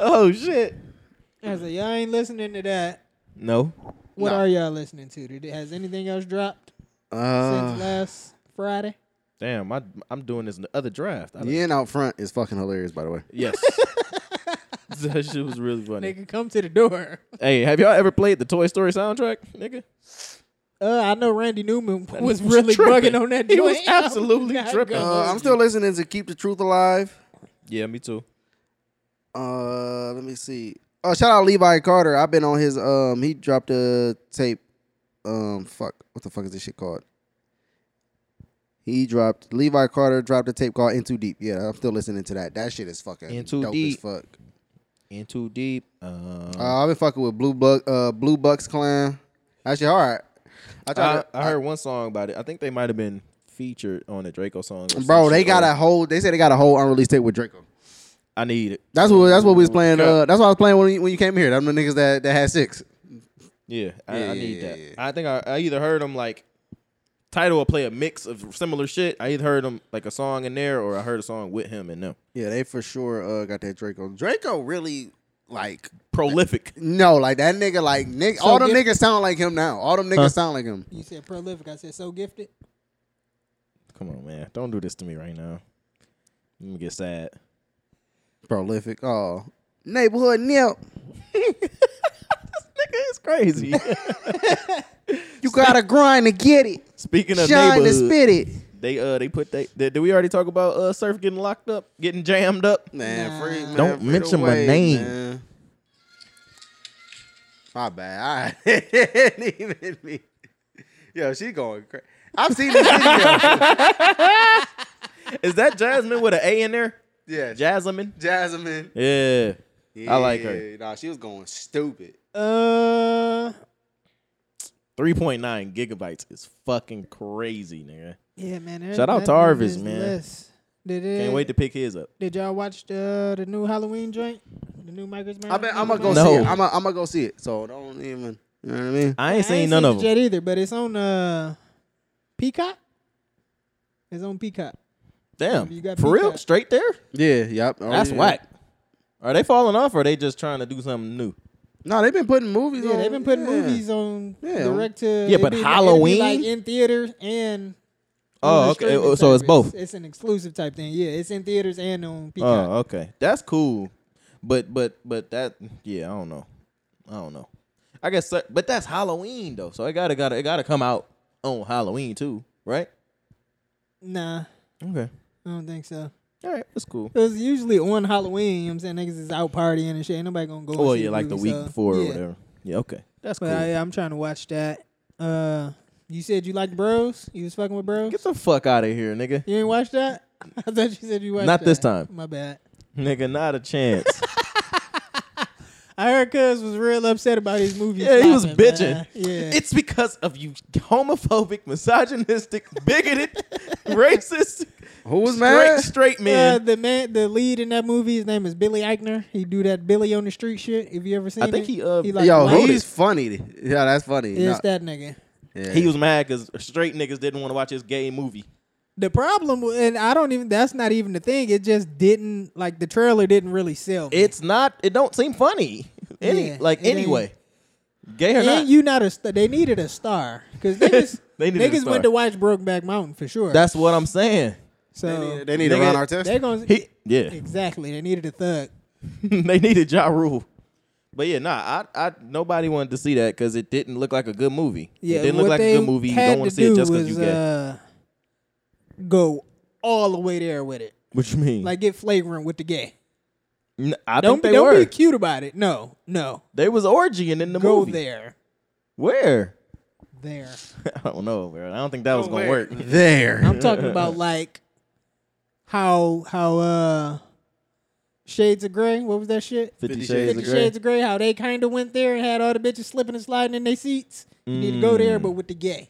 Speaker 1: Oh shit.
Speaker 3: I was like, y'all ain't listening to that.
Speaker 1: No.
Speaker 3: What
Speaker 2: Nah.
Speaker 3: are y'all listening to? Did, has anything else dropped since
Speaker 2: uh,
Speaker 3: last Friday?
Speaker 1: Damn, I, I'm doing this in the other draft. I [LAUGHS]
Speaker 2: the in out front is fucking hilarious, by the way.
Speaker 1: Yes. that shit was really funny.
Speaker 3: Nigga, come to the door.
Speaker 1: Hey, have y'all ever played the Toy Story soundtrack, nigga?
Speaker 3: [LAUGHS] Uh, I know Randy Newman
Speaker 1: was
Speaker 3: was really
Speaker 1: tripping.
Speaker 3: bugging on that
Speaker 1: He
Speaker 3: joint.
Speaker 1: was
Speaker 3: [LAUGHS]
Speaker 1: absolutely
Speaker 3: God,
Speaker 1: tripping.
Speaker 3: God.
Speaker 2: Uh, I'm still listening to Keep the Truth Alive.
Speaker 1: Yeah, me too.
Speaker 2: Uh, let me see. Oh, shout out Levi Carter. I've been on his. Um, he dropped a tape. Um, fuck. What the fuck is this shit called? He dropped Levi Carter dropped a tape called In Too Deep. Yeah, I'm still listening to that. That shit is fucking
Speaker 1: In Too
Speaker 2: dope
Speaker 1: Deep.
Speaker 2: as fuck.
Speaker 1: In too deep.
Speaker 2: Uh, I've been fucking with Blue Buck, uh, Blue Bucks Clan. That shit hard. I tried.
Speaker 1: I,
Speaker 2: to,
Speaker 1: Uh, I heard one song about it. I think they might have been featured on a Draco song. or some
Speaker 2: bro, they
Speaker 1: shit, uh,
Speaker 2: got
Speaker 1: or-
Speaker 2: a whole. They said they got a whole unreleased tape with Draco.
Speaker 1: I need it.
Speaker 2: That's what. That's what we was playing.
Speaker 1: Yeah.
Speaker 2: Uh, that's what I was playing when you, when you came here. Them the niggas that that had six.
Speaker 1: Yeah, I, I
Speaker 2: Yeah, yeah,
Speaker 1: need
Speaker 2: yeah,
Speaker 1: that.
Speaker 2: yeah.
Speaker 1: I think I, I either heard them like title or play a mix of similar shit. I either heard them like a song in there or I heard a song with him and them.
Speaker 2: Yeah, they for sure uh, got that Draco. Draco really like
Speaker 1: Prolific.
Speaker 2: no, like that nigga like nigga.
Speaker 3: So
Speaker 2: all them
Speaker 3: different.
Speaker 2: niggas sound like him now. All them niggas
Speaker 1: Huh?
Speaker 2: sound like him.
Speaker 3: You said prolific. I said so gifted.
Speaker 1: Come on, man. Don't do this to me right now. Let me get sad.
Speaker 2: Prolific. Oh, neighborhood nip.
Speaker 1: Nigga, it's crazy. [LAUGHS]
Speaker 2: You gotta grind to get it.
Speaker 1: Speaking of
Speaker 2: Shine to
Speaker 1: neighborhood,
Speaker 2: spit it.
Speaker 1: they uh they put they did, did we already talk about uh surf getting locked up, getting jammed up?
Speaker 2: Man,
Speaker 3: Nah.
Speaker 2: free. Man,
Speaker 1: Don't
Speaker 2: free
Speaker 1: mention
Speaker 2: the
Speaker 1: my
Speaker 2: way,
Speaker 1: name.
Speaker 2: man. My bad. [LAUGHS] I didn't even me. [LAUGHS] Yo, she going crazy. I've seen
Speaker 1: [LAUGHS]
Speaker 2: this video.
Speaker 1: Is that
Speaker 2: [LAUGHS]
Speaker 1: Jasmine with an A in there?
Speaker 2: yeah, Ja-
Speaker 1: Jasmine.
Speaker 2: Jasmine.
Speaker 1: Yeah. I like her.
Speaker 2: Yeah, Nah, she was going stupid.
Speaker 3: Uh,
Speaker 1: 3.9 gigabytes is fucking crazy, nigga.
Speaker 3: yeah, man. there's
Speaker 1: Shout out to
Speaker 3: nothing on
Speaker 1: Arvis,
Speaker 3: this
Speaker 1: man.
Speaker 3: list. Did it,
Speaker 1: Can't wait to pick his up.
Speaker 3: Did y'all watch the the new Halloween joint? The new Michael's
Speaker 2: I bet I'm gonna go
Speaker 1: No.
Speaker 2: see it. I'm gonna I'm go see it. So don't even. You know what I mean?
Speaker 1: I ain't seen none of them.
Speaker 3: yet either, but it's on uh, Peacock. It's on Peacock.
Speaker 1: Damn.
Speaker 3: You got
Speaker 1: For real?
Speaker 3: Peacock.
Speaker 1: Straight there?
Speaker 2: Yeah. Yep. Oh,
Speaker 1: That's
Speaker 2: yeah.
Speaker 1: whack. Are they falling off or are they just trying to do something new?
Speaker 2: No, they've been putting movies.
Speaker 3: Yeah,
Speaker 2: on.
Speaker 3: they've been putting
Speaker 2: Oh, yeah.
Speaker 3: movies on
Speaker 2: Yeah.
Speaker 3: direct to
Speaker 1: Yeah,
Speaker 3: it'd
Speaker 1: but
Speaker 3: be- it'd be
Speaker 1: Halloween?
Speaker 3: like in theaters and on
Speaker 1: Oh,
Speaker 3: the
Speaker 1: okay.
Speaker 3: streaming
Speaker 1: Oh, So it's
Speaker 3: service.
Speaker 1: both.
Speaker 3: It's an exclusive type thing. Yeah, it's in theaters and on Peacock.
Speaker 1: Oh, okay. That's cool. But but but that yeah, I don't know. I don't know. I guess so- but that's Halloween though. So it gotta gotta it gotta come out on Halloween too, right?
Speaker 3: Nah,
Speaker 1: Okay.
Speaker 3: I don't think so.
Speaker 1: All right, that's cool.
Speaker 3: It was usually on Halloween. You know what I'm saying niggas is out partying and shit. Ain't nobody gonna go. and
Speaker 1: Oh
Speaker 3: see
Speaker 1: yeah, like the
Speaker 3: movie,
Speaker 1: week
Speaker 3: so,
Speaker 1: before or
Speaker 3: yeah.
Speaker 1: whatever. Yeah, okay. That's cool.
Speaker 3: But I, I'm trying to watch that. Uh, you said you liked Bros. You was fucking with Bros.
Speaker 1: Get the fuck out of here, nigga. [LAUGHS]
Speaker 3: You ain't watch that? [LAUGHS] I thought you said you watched.
Speaker 1: Not this
Speaker 3: that.
Speaker 1: time.
Speaker 3: My bad.
Speaker 1: Nigga, not a chance.
Speaker 3: I heard Cuz was real upset about his movie.
Speaker 1: yeah, he was
Speaker 3: flopping, man.
Speaker 1: bitching.
Speaker 3: Yeah.
Speaker 1: It's because of you homophobic, misogynistic, [LAUGHS] bigoted, racist,
Speaker 2: Who was
Speaker 1: straight,
Speaker 2: mad?
Speaker 1: straight
Speaker 3: Uh,
Speaker 1: man.
Speaker 3: the man, the lead in that movie, his name is Billy Eichner. He do that Billy on the street shit. If you ever seen,
Speaker 1: I think
Speaker 3: it.
Speaker 1: he, uh,
Speaker 2: Yo,
Speaker 3: light-
Speaker 2: he's funny. Yeah, that's funny.
Speaker 3: it's
Speaker 2: No,
Speaker 3: that nigga.
Speaker 2: yeah.
Speaker 1: He was mad because straight niggas didn't want to watch his gay movie.
Speaker 3: The problem, wa- and I don't even. That's not even the thing. It just didn't like the trailer didn't really sell. me.
Speaker 1: It's not. It don't seem funny. Any
Speaker 3: Yeah,
Speaker 1: like
Speaker 3: it ain't.
Speaker 1: anyway, gay or not?
Speaker 3: and you not a. St- they needed a star because niggas,
Speaker 1: [LAUGHS] They needed a
Speaker 3: niggas
Speaker 1: star.
Speaker 3: went to watch Brokeback Mountain for sure.
Speaker 1: That's what I'm saying.
Speaker 2: They
Speaker 3: so
Speaker 2: need, they need to
Speaker 1: Nigga,
Speaker 2: run our test.
Speaker 3: they're gonna
Speaker 1: He, yeah,
Speaker 3: exactly. They needed a thug.
Speaker 1: [LAUGHS] they needed Ja Rule. But yeah, nah, I, I, nobody wanted to see that because it didn't look like a good movie.
Speaker 3: Yeah,
Speaker 1: it didn't
Speaker 3: what
Speaker 1: look like
Speaker 3: they
Speaker 1: a good movie. You
Speaker 3: had
Speaker 1: don't want to see it
Speaker 3: do
Speaker 1: just because you
Speaker 3: was,
Speaker 1: gay.
Speaker 3: uh, go all the way there with it.
Speaker 1: what you mean?
Speaker 3: Like get flagrant with the gay.
Speaker 1: N- I
Speaker 3: Don't
Speaker 1: think
Speaker 3: be,
Speaker 1: they
Speaker 3: don't
Speaker 1: were.
Speaker 3: be cute about it. No, no.
Speaker 1: They was orgying in the
Speaker 3: Go
Speaker 1: movie.
Speaker 3: there,
Speaker 1: Where? [LAUGHS]
Speaker 3: there.
Speaker 1: I don't know, bro. I don't think that was gonna work.
Speaker 2: There.
Speaker 3: I'm talking about like how how uh Shades of Grey. What was that shit?
Speaker 1: Fifty
Speaker 2: Shades
Speaker 1: Shades
Speaker 2: of
Speaker 1: of
Speaker 3: Fifty
Speaker 1: Grey.
Speaker 3: Shades of Grey. How they kind of went there and had all the bitches slipping and sliding in their seats. You need to go there, but with the gay.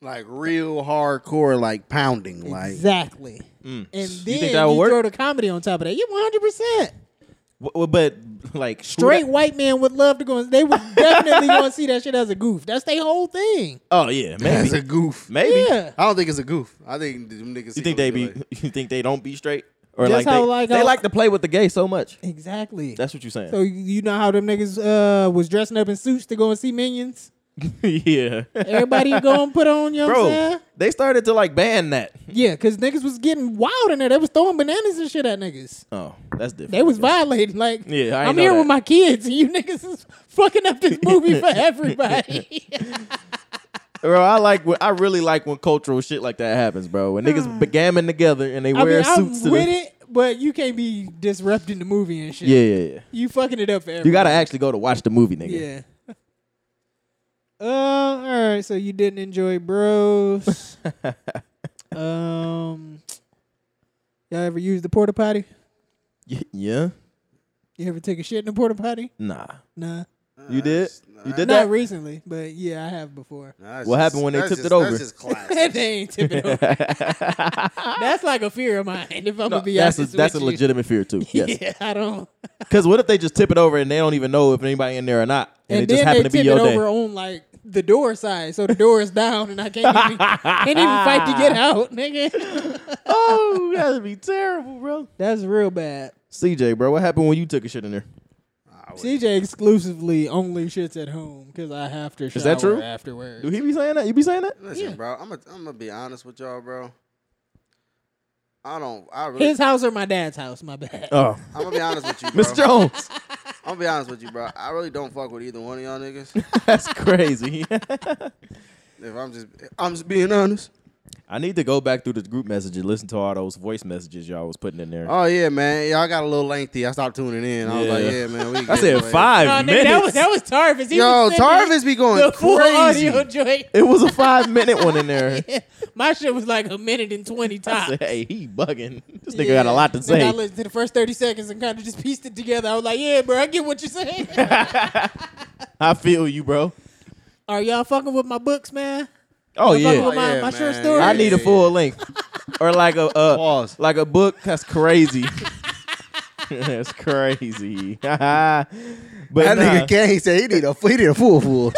Speaker 2: Like real hardcore, like pounding. Like
Speaker 3: Exactly. And then you,
Speaker 1: mm. think that would work?
Speaker 3: throw the comedy on top of that. Yeah, 100. percent
Speaker 1: W- w- but like who
Speaker 3: Straight
Speaker 1: that-
Speaker 3: white man would love to go. and- They
Speaker 1: [LAUGHS]
Speaker 3: would definitely going to see that shit as a goof. That's their whole thing.
Speaker 1: Oh yeah,
Speaker 2: that's
Speaker 1: maybe,
Speaker 2: a goof.
Speaker 1: maybe.
Speaker 3: Yeah.
Speaker 2: I don't think it's a goof. I think them niggas.
Speaker 1: You think they be? You think they don't be straight? Or like,
Speaker 3: Just how,
Speaker 1: they,
Speaker 3: like,
Speaker 1: they
Speaker 3: how-
Speaker 1: like to play with the gay so much.
Speaker 3: Exactly.
Speaker 1: That's what you're saying.
Speaker 3: So [LAUGHS] you know how them niggas uh, was dressing up in suits to go and see Minions?
Speaker 1: [LAUGHS] yeah.
Speaker 3: Everybody go and put on, you know what I'm
Speaker 1: Bro,
Speaker 3: saying?
Speaker 1: they started to like ban that.
Speaker 3: Yeah, because niggas was getting wild in there. They was throwing bananas and shit at niggas.
Speaker 1: Oh, that's different.
Speaker 3: They was violating. Like,
Speaker 1: Yeah, I ain't
Speaker 3: I'm
Speaker 1: know
Speaker 3: here
Speaker 1: that.
Speaker 3: with my kids, [LAUGHS] and you niggas is fucking up this movie
Speaker 1: [LAUGHS]
Speaker 3: for everybody.
Speaker 1: Bro, I like when I really like when cultural shit like that happens, bro. When
Speaker 3: [SIGHS]
Speaker 1: niggas be gamming together and they
Speaker 3: I
Speaker 1: wear
Speaker 3: mean,
Speaker 1: suits to
Speaker 3: I'm with
Speaker 1: the,
Speaker 3: it, but you can't be disrupting the movie and shit.
Speaker 1: Yeah, yeah, yeah.
Speaker 3: You fucking it up for everybody.
Speaker 1: You gotta actually go to watch the movie, nigga.
Speaker 3: Yeah. [LAUGHS] Uh, all right. So you didn't
Speaker 1: [LAUGHS]
Speaker 3: enjoy Bros. um, y'all ever use the porta potty?
Speaker 1: Y- [LAUGHS] yeah?
Speaker 3: You ever take a shit in the porta potty?
Speaker 1: Nah.
Speaker 3: Nah,
Speaker 1: You did? You did
Speaker 3: not
Speaker 1: that?
Speaker 3: recently, but yeah, I have before. [LAUGHS]
Speaker 1: What happened when they tipped it over?
Speaker 2: That's just
Speaker 3: they
Speaker 2: classic.
Speaker 3: [LAUGHS] ain't
Speaker 1: [LAUGHS]
Speaker 3: tipping over. that's like a fear of mine. If I'm gonna be
Speaker 1: that's a,
Speaker 3: honest
Speaker 1: that's a
Speaker 3: with you. [LAUGHS]
Speaker 1: legitimate fear too. Yes.
Speaker 3: Yeah, I don't.
Speaker 1: Because what if they just tip it over and they don't even know if anybody in there or not, and,
Speaker 3: And,
Speaker 1: it
Speaker 3: then
Speaker 1: just happened
Speaker 3: they
Speaker 1: to be
Speaker 3: tip
Speaker 1: your
Speaker 3: it
Speaker 1: day?
Speaker 3: over on like the door side, so the door is down, and I can't even, can't even fight to get
Speaker 1: [LAUGHS]
Speaker 3: out, nigga.
Speaker 1: [LAUGHS] oh, that'd be terrible, bro.
Speaker 3: That's real bad.
Speaker 1: CJ, bro, what happened when you took a shit in there?
Speaker 2: I would-
Speaker 3: CJ exclusively only shits at home because I have to shower
Speaker 1: that true?
Speaker 3: afterwards.
Speaker 1: Do he be saying that? You be saying that?
Speaker 2: Listen,
Speaker 3: Yeah.
Speaker 2: bro, I'm gonna I'm gonna be honest with y'all, bro. I don't. I really.
Speaker 3: His house or my dad's house? My bad.
Speaker 1: [LAUGHS] Oh,
Speaker 2: I'm gonna be honest with you, bro.
Speaker 1: Mr. Jones, [LAUGHS]
Speaker 2: I'm gonna be honest with you, bro. I really don't fuck with either one of y'all niggas. [LAUGHS]
Speaker 1: that's crazy. [LAUGHS]
Speaker 2: If I'm just, I'm just being honest.
Speaker 1: I need to go back through the group message and listen to all those voice messages y'all was putting in there.
Speaker 2: Oh yeah, man. Y'all got a little lengthy. I stopped tuning in. I was like,
Speaker 1: Yeah.
Speaker 2: yeah, man. We
Speaker 1: I said
Speaker 2: getting
Speaker 1: five
Speaker 3: No, nigga,
Speaker 1: minutes.
Speaker 3: that was that was Tarvis. He
Speaker 2: Yo,
Speaker 3: was sending me
Speaker 2: Tarvis be going
Speaker 3: the full
Speaker 2: crazy.
Speaker 3: audio joint. [LAUGHS]
Speaker 1: it was a five minute one in there.
Speaker 3: My shit was like a minute and twenty
Speaker 1: I
Speaker 3: tops.
Speaker 1: said, hey, he bugging. This [LAUGHS] nigga
Speaker 3: Yeah.
Speaker 1: got a lot to
Speaker 3: Then I
Speaker 1: say.
Speaker 3: listened to the first thirty seconds and kind of just pieced it together. I was like, "Yeah, bro, I get what you're saying."
Speaker 1: [LAUGHS] I feel you, bro.
Speaker 3: Are y'all fucking with my books, man?
Speaker 1: Oh
Speaker 3: Y'all fucking
Speaker 1: yeah,
Speaker 3: with my,
Speaker 2: Yeah,
Speaker 3: my short
Speaker 2: man.
Speaker 3: stories?
Speaker 1: I need a full length or like
Speaker 3: [LAUGHS]
Speaker 1: a uh,
Speaker 2: Pause.
Speaker 1: like a book. That's crazy. That's
Speaker 3: [LAUGHS]
Speaker 1: crazy. but
Speaker 2: That
Speaker 1: nah.
Speaker 2: nigga Kane said he need a he need a fool fool.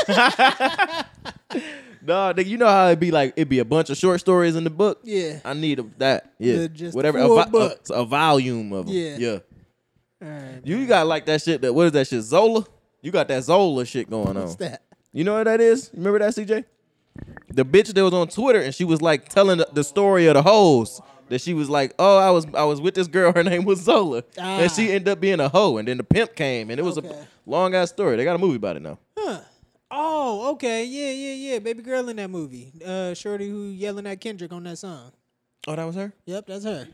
Speaker 1: No, nigga, you know how it'd be like it'd be a bunch of short stories in the book.
Speaker 3: Yeah.
Speaker 1: I need a, that. Yeah,
Speaker 3: The- just the
Speaker 1: whatever.
Speaker 3: full
Speaker 1: a, vo-
Speaker 3: book.
Speaker 1: A, a volume of 'em.
Speaker 3: Yeah.
Speaker 1: yeah.
Speaker 3: All right,
Speaker 1: You got like that shit. That what is that shit? Zola. You got that Zola shit going on.
Speaker 3: what's that?
Speaker 1: You know what that is? You Remember that CJ? The bitch that was on Twitter and she was like telling the- the story of the hoes. That she was like, oh, I was I was with this girl. [LAUGHS] Her name was Zola,
Speaker 3: Ah.
Speaker 1: and she ended up being a hoe. And then the pimp came, and it was
Speaker 3: Okay.
Speaker 1: a long ass story. They got a movie about it now.
Speaker 3: Huh. Oh, okay. Yeah, yeah, yeah. Baby girl in that movie. Uh Shorty who yelling at Kendrick on that song.
Speaker 1: Oh, that was her.
Speaker 3: Yep, that's her.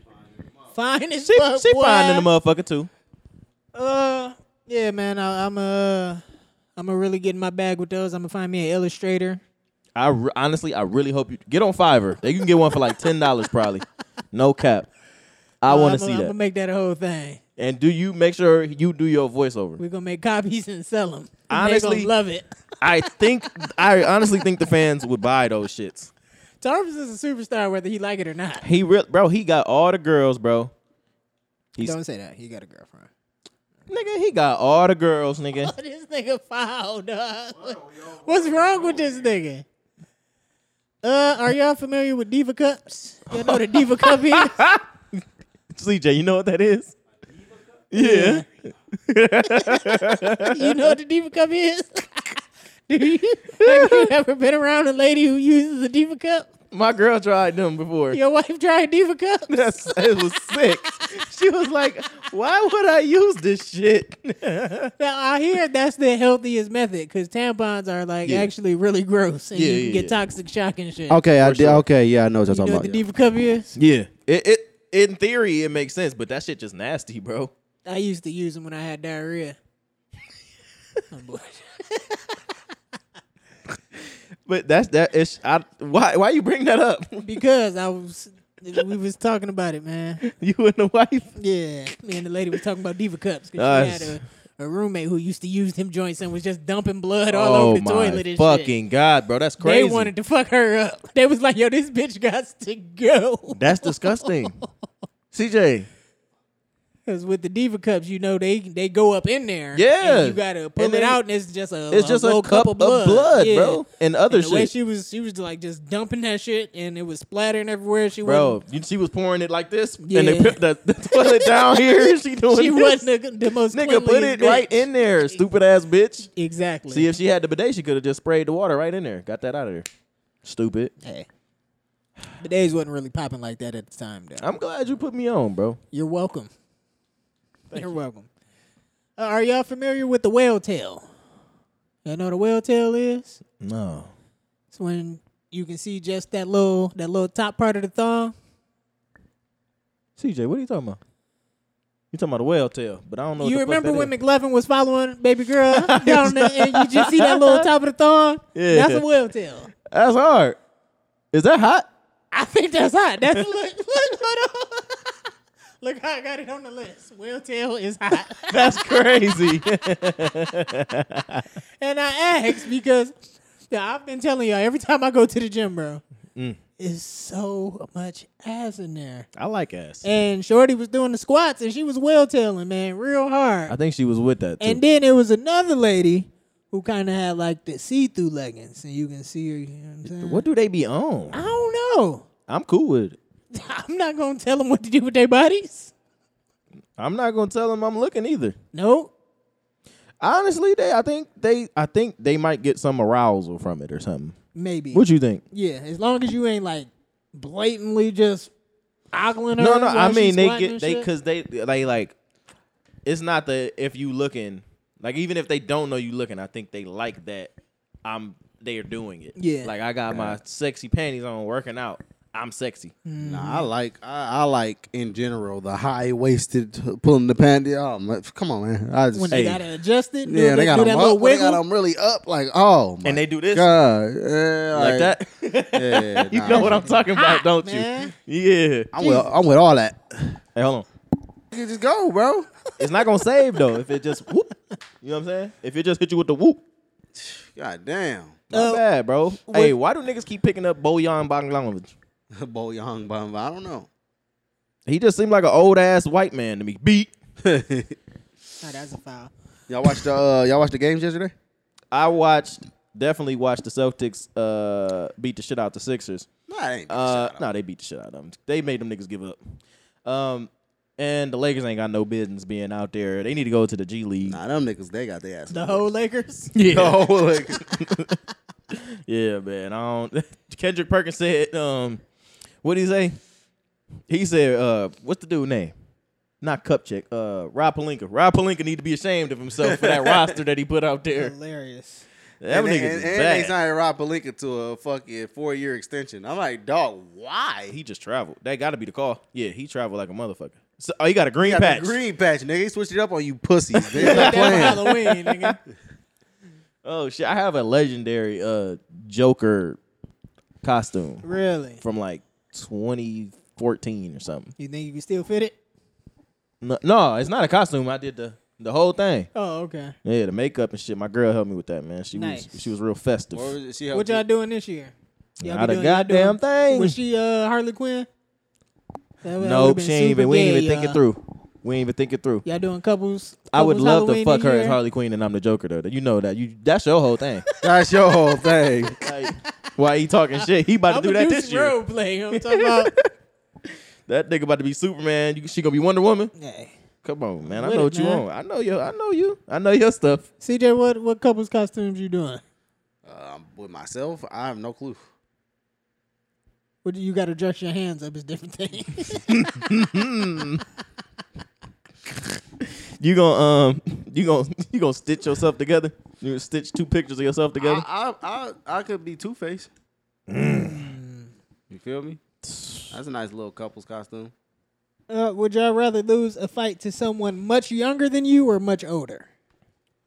Speaker 3: Fine as
Speaker 1: She
Speaker 3: fuck.
Speaker 1: she
Speaker 3: boy.
Speaker 1: finding the motherfucker too.
Speaker 3: Uh yeah, man. I, I'm uh I'm gonna really get in my bag with those. I'm gonna find me an illustrator.
Speaker 1: I re- honestly, I really hope you get on Fiverr. You can get one for like ten dollars, probably. No cap. I want to see
Speaker 3: I'm
Speaker 1: that.
Speaker 3: gonna make that a whole thing.
Speaker 1: and do you make sure you do your voiceover?
Speaker 3: We're gonna make copies and sell [LAUGHS] them.
Speaker 1: Honestly-
Speaker 3: love it. [LAUGHS]
Speaker 1: I think I honestly think the fans would buy those shits.
Speaker 3: Tarvis is a superstar, whether he like it or not.
Speaker 1: He real bro. He got all the girls, bro. He's-
Speaker 3: Don't say that. He got a girlfriend.
Speaker 1: Nigga, he got all the girls, nigga. [LAUGHS]
Speaker 3: [LAUGHS] this nigga foul, dog. [LAUGHS] What's wrong with this nigga? Uh, are y'all familiar with Diva Cups? Y'all know what a Diva Cup is?
Speaker 1: CJ, you know what that is? Yeah.
Speaker 3: You know what the Diva Cup is? [LAUGHS] Do you, have you ever been around a lady who uses a Diva Cup?
Speaker 1: my girl tried them before.
Speaker 3: Your wife tried Diva Cups?
Speaker 1: [LAUGHS] That's, it was sick. She was like, "Why would I use this shit?"
Speaker 3: Now, I hear that's the healthiest method because tampons are like
Speaker 1: Yeah.
Speaker 3: actually really gross and
Speaker 1: Yeah,
Speaker 3: you can
Speaker 1: yeah,
Speaker 3: get
Speaker 1: yeah.
Speaker 3: toxic shock and
Speaker 2: [LAUGHS]
Speaker 3: shit.
Speaker 2: Okay, I did.
Speaker 1: sure.
Speaker 2: Okay, yeah, I know what y'all
Speaker 3: You
Speaker 2: talking
Speaker 3: know what
Speaker 2: about.
Speaker 3: the
Speaker 2: yeah.
Speaker 3: Diva Cup is?
Speaker 1: Yeah. It, it in theory it makes sense, but that shit just nasty, bro.
Speaker 3: I used to use them when I had
Speaker 1: [LAUGHS]
Speaker 3: diarrhea. Oh, boy.
Speaker 1: But that's that is I why why you bring that up? [LAUGHS]
Speaker 3: Because I was, we was talking about it, man.
Speaker 1: you and the wife.
Speaker 3: Yeah, me and the lady was talking about diva cups because
Speaker 1: Nice.
Speaker 3: she had a, a roommate who used to use them joints and was just dumping blood all
Speaker 1: oh
Speaker 3: over the
Speaker 1: my
Speaker 3: toilet and shit.
Speaker 1: fucking god, bro. That's
Speaker 3: They
Speaker 1: crazy.
Speaker 3: wanted to fuck her up. They was like, "Yo, this bitch got to go." [LAUGHS]
Speaker 1: that's disgusting. CJ,
Speaker 3: Because with the diva cups, you know they they go up in there.
Speaker 1: Yeah.
Speaker 3: and you gotta pull
Speaker 1: And
Speaker 3: it
Speaker 1: then
Speaker 3: out, and it's just a
Speaker 1: It's just a
Speaker 3: little
Speaker 1: cup, of blood,
Speaker 3: Yeah.
Speaker 1: bro, and other
Speaker 3: And the way
Speaker 1: shit,
Speaker 3: she was, she was like just dumping that shit, and it was splattering everywhere. She
Speaker 1: bro. [LAUGHS] You, she was pouring it like this, and they
Speaker 3: Yeah.
Speaker 1: put the, the
Speaker 3: [LAUGHS]
Speaker 1: toilet down here. She doing
Speaker 3: wasn't. She
Speaker 1: Oh, this.
Speaker 3: wasn't the, the most
Speaker 1: Nigga, put
Speaker 3: cleanliest
Speaker 1: it right
Speaker 3: bitch.
Speaker 1: in there, stupid ass bitch.
Speaker 3: Exactly.
Speaker 1: See, if she had the bidet, she could have just sprayed the water right in there. Got that out of there. Stupid.
Speaker 3: hey. Bidets wasn't really popping like that at the time, though.
Speaker 1: I'm glad you put me on, bro.
Speaker 3: You're welcome. You're welcome. Uh, are y'all familiar with the whale tail? Y'all know what a whale tail is?
Speaker 1: No.
Speaker 3: It's when you can see just that little that little top part of the thumb.
Speaker 1: CJ, what are you talking about? You talking about a whale tail, but I don't know. what
Speaker 3: you
Speaker 1: the fuck
Speaker 3: remember
Speaker 1: that
Speaker 3: when
Speaker 1: is.
Speaker 3: McLovin was following baby
Speaker 1: [LAUGHS]
Speaker 3: girl down there and you just see that little top of the thumb?
Speaker 1: Yeah.
Speaker 3: That's a whale tail.
Speaker 1: That's hard. Is that
Speaker 3: [LAUGHS]
Speaker 1: hot?
Speaker 3: I think that's hot. That's look, look, look, [LAUGHS] look how I got it on the list. Whale tail is hot.
Speaker 1: That's crazy.
Speaker 3: And I asked because now, I've been telling y'all every time I go to the gym, bro,
Speaker 1: Mm.
Speaker 3: it's so much ass in there.
Speaker 1: [LAUGHS] I like ass.
Speaker 3: And Shorty was doing the squats and she was whale tailing, man, real hard.
Speaker 1: I think she was with that too.
Speaker 3: and then there was another lady who kind of had like the see through leggings and you can see her, you know what I'm saying?
Speaker 1: what do they be on?
Speaker 3: I don't know. [LAUGHS]
Speaker 1: I'm cool with it.
Speaker 3: I'm not going to tell them what to do with their bodies.
Speaker 1: I'm not gonna tell them I'm looking either.
Speaker 3: Nope.
Speaker 1: Honestly, they I think they I think they might get some arousal from it or something.
Speaker 3: Maybe.
Speaker 1: What you think?
Speaker 3: yeah, as long as you ain't like blatantly just ogling her.
Speaker 1: No, no. I
Speaker 3: while she
Speaker 1: mean, they
Speaker 3: squatting
Speaker 1: get
Speaker 3: and
Speaker 1: they
Speaker 3: shit.
Speaker 1: because they they like. It's not the if you looking like even if they don't know you looking, I think they like that. I'm they are doing it.
Speaker 3: Yeah.
Speaker 1: Like I got my sexy panties on, working out. I'm sexy.
Speaker 2: Nah, I like I, I like in general the high waisted pulling the panty. Oh, my, come on, man! I just
Speaker 3: when
Speaker 1: Hey.
Speaker 3: they gotta adjust it. do
Speaker 2: yeah,
Speaker 3: that-
Speaker 2: they got
Speaker 3: do
Speaker 2: them
Speaker 3: that
Speaker 2: up.
Speaker 3: little
Speaker 2: They
Speaker 3: wiggle.
Speaker 2: got them really up, like oh, my
Speaker 1: And they do
Speaker 2: [LAUGHS]
Speaker 1: this
Speaker 2: God, yeah,
Speaker 1: like that.
Speaker 2: Yeah,
Speaker 1: [LAUGHS] you
Speaker 2: nah,
Speaker 1: know what I'm talking about, don't
Speaker 3: man.
Speaker 1: you? Yeah.
Speaker 2: I'm with I'm with all that.
Speaker 1: Hey, hold on.
Speaker 2: You just go, [LAUGHS] bro.
Speaker 1: It's not gonna save though if it just whoop. You know what I'm saying? If it just hit you with the whoop,
Speaker 2: God [LAUGHS] damn,
Speaker 1: not
Speaker 3: Uh,
Speaker 1: bad, bro. hey, why do niggas keep picking up Bojan Bogdanovic?
Speaker 2: Bo Young Bamba. I don't know.
Speaker 1: He just seemed like an old ass white man to me. Beat.
Speaker 3: Oh, that's a foul.
Speaker 2: Y'all watched the uh, y'all watched the games yesterday?
Speaker 1: I watched definitely watched the Celtics uh, beat the shit out the Sixers.
Speaker 2: No, I ain't.
Speaker 1: Uh, no, they beat the shit out of them. They made them niggas give up. Um, and the Lakers ain't got no business being out there. They need to go to the G League.
Speaker 2: nah, them niggas they got their [LAUGHS] ass.
Speaker 3: The whole Lakers.
Speaker 1: Yeah,
Speaker 2: [LAUGHS] No, like,
Speaker 1: yeah, man. I don't. [LAUGHS] Kendrick Perkins said, um, what did he say? He said, uh, what's the dude name? Not Kupchak. Uh, Rob Palinka. Rob Palinka need to be ashamed of himself for
Speaker 2: [LAUGHS]
Speaker 1: that roster that he put out there. [LAUGHS]
Speaker 3: Hilarious.
Speaker 1: That
Speaker 2: and,
Speaker 1: nigga's
Speaker 2: and, and
Speaker 1: bad.
Speaker 2: they signed Rob Palinka to a fucking four year extension. I'm like, dog, why?
Speaker 1: He just traveled. That got to be the call. Yeah, he traveled like a motherfucker. So, oh, he got a green
Speaker 2: got
Speaker 1: patch.
Speaker 2: the green patch, nigga. He switched it up on you [LAUGHS] pussies. They're not
Speaker 3: That was
Speaker 2: playing.
Speaker 3: Halloween,
Speaker 1: [LAUGHS]
Speaker 3: nigga.
Speaker 1: Oh shit! I have a legendary uh Joker costume
Speaker 3: Really?
Speaker 1: from like 2014 or something.
Speaker 3: You think you can still fit it?
Speaker 1: No, no, it's not a costume. I did the the whole thing.
Speaker 3: Oh, okay.
Speaker 1: Yeah, the makeup and shit. My girl helped me with that, man. She
Speaker 3: Nice.
Speaker 1: was she was real festive.
Speaker 2: Or was it- she helped
Speaker 3: What
Speaker 2: you-
Speaker 3: y'all doing this year? Y'all
Speaker 1: Not
Speaker 3: be
Speaker 1: a
Speaker 3: doing- y'all
Speaker 1: goddamn
Speaker 3: doing-
Speaker 1: thing.
Speaker 3: Was she uh, Harley Quinn? That would- that
Speaker 1: nope,
Speaker 3: would've
Speaker 1: she
Speaker 3: been
Speaker 1: ain't even.
Speaker 3: super
Speaker 1: We ain't
Speaker 3: gay,
Speaker 1: even think it
Speaker 3: y'all.
Speaker 1: through. We ain't even think it through.
Speaker 3: Y'all doing couples?
Speaker 1: I would
Speaker 3: couples
Speaker 1: love
Speaker 3: Halloween
Speaker 1: to fuck her
Speaker 3: this
Speaker 1: as
Speaker 3: year?
Speaker 1: Harley Quinn, and I'm the Joker though. You know that. You that's your whole
Speaker 3: [LAUGHS]
Speaker 1: thing.
Speaker 2: That's your [LAUGHS] whole thing.
Speaker 1: like, why he talking shit? He about to
Speaker 3: I'm
Speaker 1: do that
Speaker 3: gonna
Speaker 1: this
Speaker 3: some
Speaker 1: year.
Speaker 3: Role play. you know what I'm talking
Speaker 1: [LAUGHS]
Speaker 3: about.
Speaker 1: That nigga about to be Superman. You, she gonna be Wonder Woman.
Speaker 3: Hey.
Speaker 1: Come on, man. I
Speaker 3: With
Speaker 1: know
Speaker 3: it,
Speaker 1: what you
Speaker 3: man.
Speaker 1: want. I know you. I know you. I know your stuff.
Speaker 3: CJ, what what couples costumes you doing?
Speaker 2: Um, with myself, I have no clue.
Speaker 3: What do you got to dress your hands up? Is different thing.
Speaker 1: You gonna um. You gonna [LAUGHS] you gonna stitch yourself together. You gonna stitch two pictures of yourself together.
Speaker 2: I, I, I, I could be Two Face. you feel me? That's a nice little couple's costume.
Speaker 3: Uh, would y'all rather lose a fight to someone much younger than you or much older?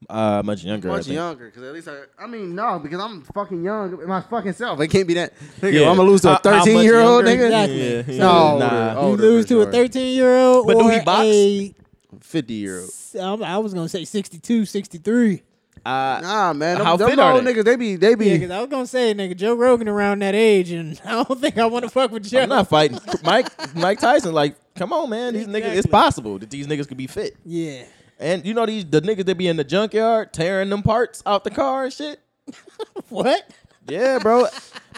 Speaker 3: Ah,
Speaker 1: Uh, much younger. I
Speaker 2: Much
Speaker 1: think.
Speaker 2: younger, because at least I, I mean, no, because I'm fucking young, my fucking self. It can't be that. Nigga,
Speaker 1: Yeah.
Speaker 2: I'm gonna lose to a
Speaker 1: How- how much
Speaker 2: 13 year old
Speaker 1: younger?
Speaker 2: nigga.
Speaker 3: Exactly.
Speaker 1: Yeah, yeah.
Speaker 2: No,
Speaker 1: Nah.
Speaker 2: older
Speaker 3: you lose
Speaker 2: for
Speaker 3: to
Speaker 2: sure.
Speaker 3: a 13 year old
Speaker 1: But
Speaker 3: or
Speaker 1: do he box?
Speaker 3: a,
Speaker 2: 50 year old.
Speaker 3: um, I was going to say 62, 63.
Speaker 1: I
Speaker 2: Nah, man. Them,
Speaker 1: How
Speaker 2: them
Speaker 1: fit are
Speaker 2: old
Speaker 1: they?
Speaker 2: niggas, they be, they be.
Speaker 3: Yeah, because I was gonna say, nigga, Joe Rogan around that age, and [LAUGHS] I don't think I want to fuck with Joe.
Speaker 1: I'm not fighting [LAUGHS] Mike Mike Tyson. Like, come on, man. These niggas, it's
Speaker 3: Exactly.
Speaker 1: possible that these niggas could be fit.
Speaker 3: Yeah, [LAUGHS]
Speaker 1: And you know these the niggas that be in the junkyard tearing them parts out the car and shit.
Speaker 3: what?
Speaker 1: Yeah,
Speaker 3: [LAUGHS]
Speaker 1: bro.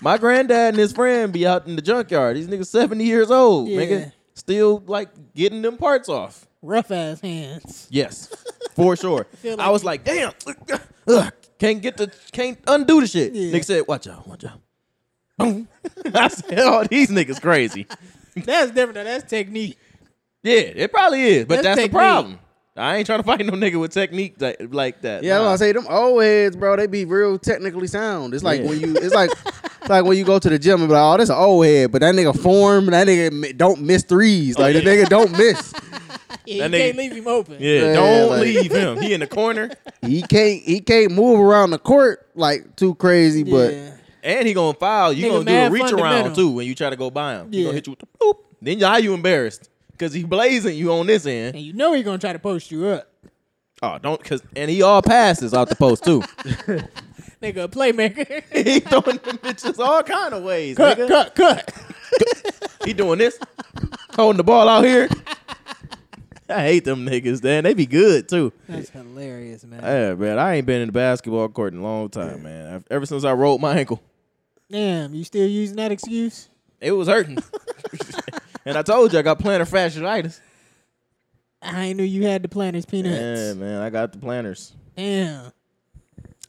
Speaker 1: My granddad and his friend be out in the junkyard. These niggas seventy years old,
Speaker 3: Yeah.
Speaker 1: nigga, still like getting them parts off.
Speaker 3: Rough ass hands. [LAUGHS]
Speaker 1: Yes, for sure. I,
Speaker 3: feel like
Speaker 1: was
Speaker 3: you-
Speaker 1: like, damn, [LAUGHS] ugh, can't get the, can't undo the shit.
Speaker 3: Yeah.
Speaker 1: Nigga said, watch out, watch out. Boom. [LAUGHS] I said, oh, these niggas crazy.
Speaker 3: That's different. Though. That's technique.
Speaker 1: Yeah, it probably is, but
Speaker 3: That's
Speaker 1: that's, the
Speaker 3: technique.
Speaker 1: problem. I ain't trying to fight no nigga with technique like, like that.
Speaker 2: Yeah, I
Speaker 1: nah.
Speaker 2: was gonna say them old heads, bro. They be real technically sound. It's like
Speaker 1: Yeah.
Speaker 2: when you, it's like, it's like when you go to the gym and be like, oh, that's an old head, but that nigga form, that nigga mi- don't miss threes.
Speaker 1: Oh,
Speaker 2: Like the nigga don't miss.
Speaker 3: Yeah,
Speaker 1: That
Speaker 3: you
Speaker 1: nigga-
Speaker 3: can't leave him open.
Speaker 1: yeah,
Speaker 2: Yeah,
Speaker 1: don't
Speaker 2: like-
Speaker 1: leave him. He in the corner,
Speaker 2: He can't, he can't move around the court like too crazy. But
Speaker 3: Yeah.
Speaker 1: and he gonna foul. You
Speaker 3: Nigga
Speaker 1: gonna do a
Speaker 3: mad
Speaker 1: reach around
Speaker 3: fundamental.
Speaker 1: too when you try to go by him. He
Speaker 3: Yeah.
Speaker 1: gonna hit you with the boop. Then now you embarrassed because he blazing you on this end.
Speaker 3: and you know he's gonna try to post you up.
Speaker 1: Oh, don't because and he all passes out the post
Speaker 3: [LAUGHS]
Speaker 1: too. [LAUGHS]
Speaker 3: Nigga, a playmaker. [LAUGHS]
Speaker 1: he throwing them bitches all kind of ways.
Speaker 3: cut,
Speaker 1: nigga.
Speaker 3: cut, cut.
Speaker 1: He doing this, holding the ball out here. [LAUGHS] I hate them niggas, man. They be good too.
Speaker 3: That's hilarious, man.
Speaker 1: Yeah, man. I ain't been in the basketball court in a long time, man. I've- Ever since I rolled my ankle,
Speaker 3: Damn, you still using that excuse?
Speaker 1: it was [LAUGHS] hurting. and I told you I got plantar [LAUGHS] fasciitis.
Speaker 3: I ain't knew you had the planters
Speaker 1: Yeah,
Speaker 3: peanuts.
Speaker 1: man. I got the plantars.
Speaker 3: Damn.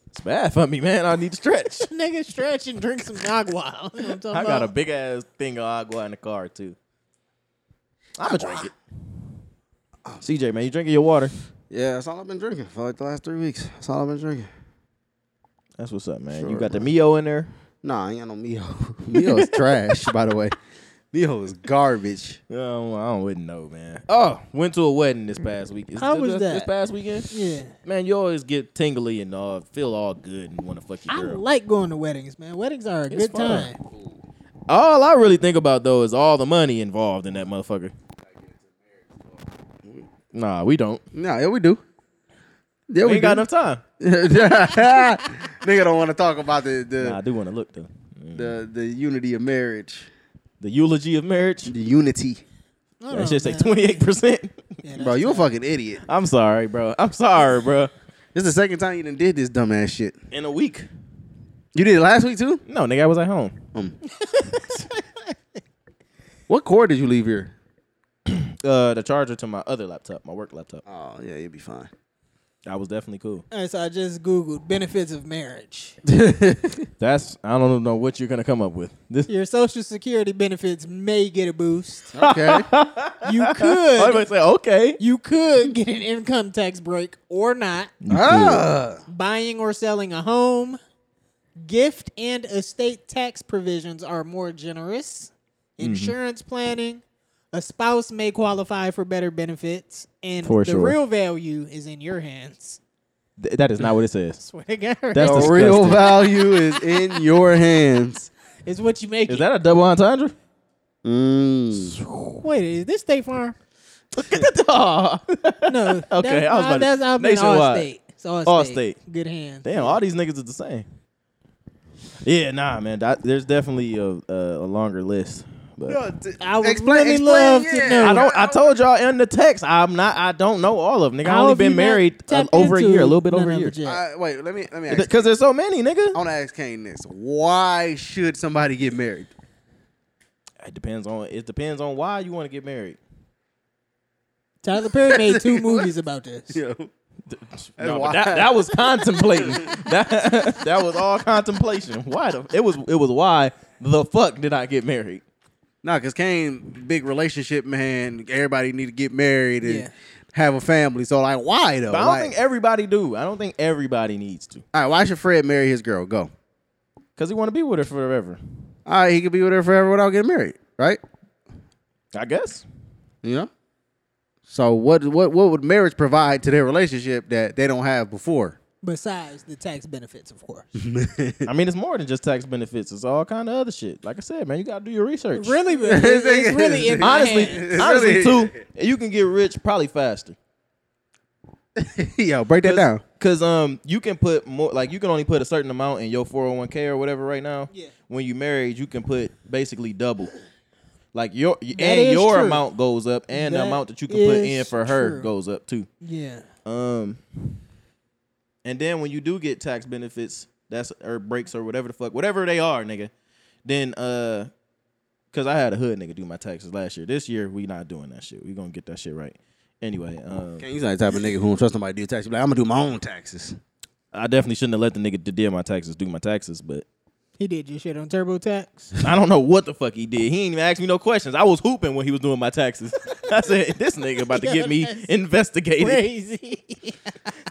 Speaker 1: It's bad for me, man. I need to stretch.
Speaker 3: Nigga, stretch and drink some agua. You know what [LAUGHS] I'm
Speaker 1: [LAUGHS]
Speaker 3: talking
Speaker 1: I got a
Speaker 3: about?
Speaker 1: big ass thing of agua in the car too. I'ma drink [SIGHS] it. CJ, man, you drinking your water?
Speaker 2: yeah, that's all I've been drinking for like the last three weeks. That's all I've been drinking.
Speaker 1: That's what's up, man. you
Speaker 2: Sure,
Speaker 1: got the
Speaker 2: bro.
Speaker 1: Mio in there.
Speaker 2: Nah, I ain't got no [LAUGHS] Mio. Mio is trash, by the way. [LAUGHS] Mio is garbage.
Speaker 1: Oh, I don't wouldn't know, man. Oh, went to a wedding this past week. Is
Speaker 3: How
Speaker 1: this,
Speaker 3: was
Speaker 1: this- This
Speaker 3: that?
Speaker 1: past weekend,
Speaker 3: Yeah.
Speaker 1: man, you always get tingly and all, feel all good and want to fuck
Speaker 3: I
Speaker 1: your girl.
Speaker 3: like going to weddings, man. Weddings are a good
Speaker 1: fun.
Speaker 3: time.
Speaker 1: all I really think about though is all the money involved in that motherfucker. Nah, we don't.
Speaker 2: No, yeah, we do. Yeah,
Speaker 1: We
Speaker 2: we,
Speaker 1: ain't got
Speaker 2: do. [LAUGHS]
Speaker 1: enough time.
Speaker 2: Nigga don't want to talk about the the,
Speaker 1: Nah, I do want to look though. Mm.
Speaker 2: the the unity of marriage.
Speaker 1: The eulogy of marriage.
Speaker 2: The unity.
Speaker 3: I
Speaker 1: That
Speaker 3: don't
Speaker 1: shit say
Speaker 3: know, man.
Speaker 1: twenty eight percent.
Speaker 3: Yeah,
Speaker 2: Bro,
Speaker 3: that's
Speaker 2: you a
Speaker 3: tough.
Speaker 2: fucking idiot.
Speaker 1: I'm sorry, bro. I'm sorry, bro.
Speaker 2: This is the second time you done did this dumbass shit.
Speaker 1: In a week.
Speaker 2: You did it last week too?
Speaker 1: No, nigga, I was at home.
Speaker 2: Um. [LAUGHS] what cord did you leave here?
Speaker 1: Uh, the charger to my other laptop, my work laptop.
Speaker 2: Oh, yeah, you'll be fine.
Speaker 1: I was definitely cool.
Speaker 3: All right, so I just googled benefits of marriage. [LAUGHS]
Speaker 1: That's I don't know what you're gonna come up with. This
Speaker 3: Your social security benefits may get a boost.
Speaker 1: [LAUGHS]
Speaker 2: Okay.
Speaker 3: You
Speaker 1: [LAUGHS] I was
Speaker 3: could
Speaker 1: about to say okay.
Speaker 3: you could get an income tax break or not.
Speaker 2: ah.
Speaker 3: Buying or selling a home. Gift and estate tax provisions are more generous.
Speaker 1: Mm-hmm.
Speaker 3: Insurance planning. A spouse may qualify for better benefits. And
Speaker 1: For
Speaker 3: the
Speaker 1: sure.
Speaker 3: real value is in your hands. [LAUGHS]
Speaker 1: Th- that is not what it says.
Speaker 3: Swear to God.
Speaker 1: That's
Speaker 2: The
Speaker 1: disgusting.
Speaker 2: real value is in your hands.
Speaker 3: it's what you make.
Speaker 1: Is
Speaker 3: it.
Speaker 1: that a double
Speaker 3: [LAUGHS]
Speaker 1: entendre?
Speaker 2: Mm.
Speaker 3: Wait, is this State Farm?
Speaker 1: Aw.
Speaker 3: No.
Speaker 1: Okay, I was
Speaker 3: that's,
Speaker 1: about to-
Speaker 3: that's I've been
Speaker 1: Nationwide.
Speaker 3: Allstate. It's Allstate.
Speaker 1: Allstate.
Speaker 3: Good hands.
Speaker 1: [LAUGHS] Damn, all these niggas is the same. Yeah, nah, man. that- there's definitely a, a, a longer list. But
Speaker 3: I would really love to know.
Speaker 1: I don't. I told y'all in the text. I'm not. I don't know all of them. Nigga, I
Speaker 3: How
Speaker 1: only
Speaker 3: have
Speaker 1: been
Speaker 3: you not
Speaker 1: married uh,
Speaker 3: tapped
Speaker 1: over a
Speaker 3: into
Speaker 1: year, a little bit
Speaker 3: none
Speaker 1: over a
Speaker 3: of
Speaker 1: year.
Speaker 3: it yet?
Speaker 2: Uh, wait, let me let me ask.
Speaker 1: Because there's so many, nigga.
Speaker 2: I want to ask Kane this: Why should somebody get married?
Speaker 1: It depends on. It depends on why you want to get married.
Speaker 3: Tyler Perry made two movies about this. [LAUGHS]
Speaker 2: You know,
Speaker 1: No, but
Speaker 2: why.
Speaker 1: that, that was [LAUGHS] contemplating. that, that was all contemplation. Why the? It was. It was why the fuck did I get married?
Speaker 2: nah, because Kane, big relationship man, everybody need to get married and
Speaker 3: Yeah.
Speaker 2: have a family. So like, why though?
Speaker 1: But I don't
Speaker 2: Like,
Speaker 1: think everybody do. I don't think everybody needs to.
Speaker 2: all right, why should Fred marry his girl? Go.
Speaker 1: Cause he want to be with her forever.
Speaker 2: All right, he could be with her forever without getting married, right?
Speaker 1: I guess.
Speaker 2: You know. So what what what would marriage provide to their relationship that they don't have before? [LAUGHS]
Speaker 3: Besides the tax benefits, of course.
Speaker 1: I mean, it's more than just tax benefits. It's all kind of other shit. Like I said, man, you gotta do your research. [LAUGHS]
Speaker 3: really, but it's, it's really in my
Speaker 1: Honestly,
Speaker 3: hands.
Speaker 1: honestly,
Speaker 2: really-
Speaker 1: too, you can get rich probably faster.
Speaker 2: Yo, break that down.
Speaker 1: Cause um, you can put more, like you can only put a certain amount in your four hundred one k or whatever right now.
Speaker 3: Yeah.
Speaker 1: When you married, you can put basically double. Like your
Speaker 3: is
Speaker 1: and your
Speaker 3: true.
Speaker 1: amount goes up, and
Speaker 3: That
Speaker 1: the amount that you can put in
Speaker 3: is
Speaker 1: for her
Speaker 3: true.
Speaker 1: goes up too.
Speaker 3: Yeah.
Speaker 1: Um, and then when you do get tax benefits, that's or breaks or whatever the fuck, whatever they are, nigga. Then uh, cause I had a hood nigga do my taxes last year. This year we not doing that shit. We gonna get that shit right. Anyway, um,
Speaker 2: Can't you not the type of nigga who don't trust nobody to do taxes? Be Like, I'm gonna do my own taxes.
Speaker 1: I definitely shouldn't have let the nigga that did my taxes do my taxes, but
Speaker 3: He did your shit on TurboTax.
Speaker 1: I don't know what the fuck he did. He didn't even ask me no questions. I was hooping when he was doing my taxes. [LAUGHS] I said, "This nigga about to get me
Speaker 3: Yo, that's
Speaker 1: investigated.
Speaker 3: Crazy.
Speaker 1: [LAUGHS]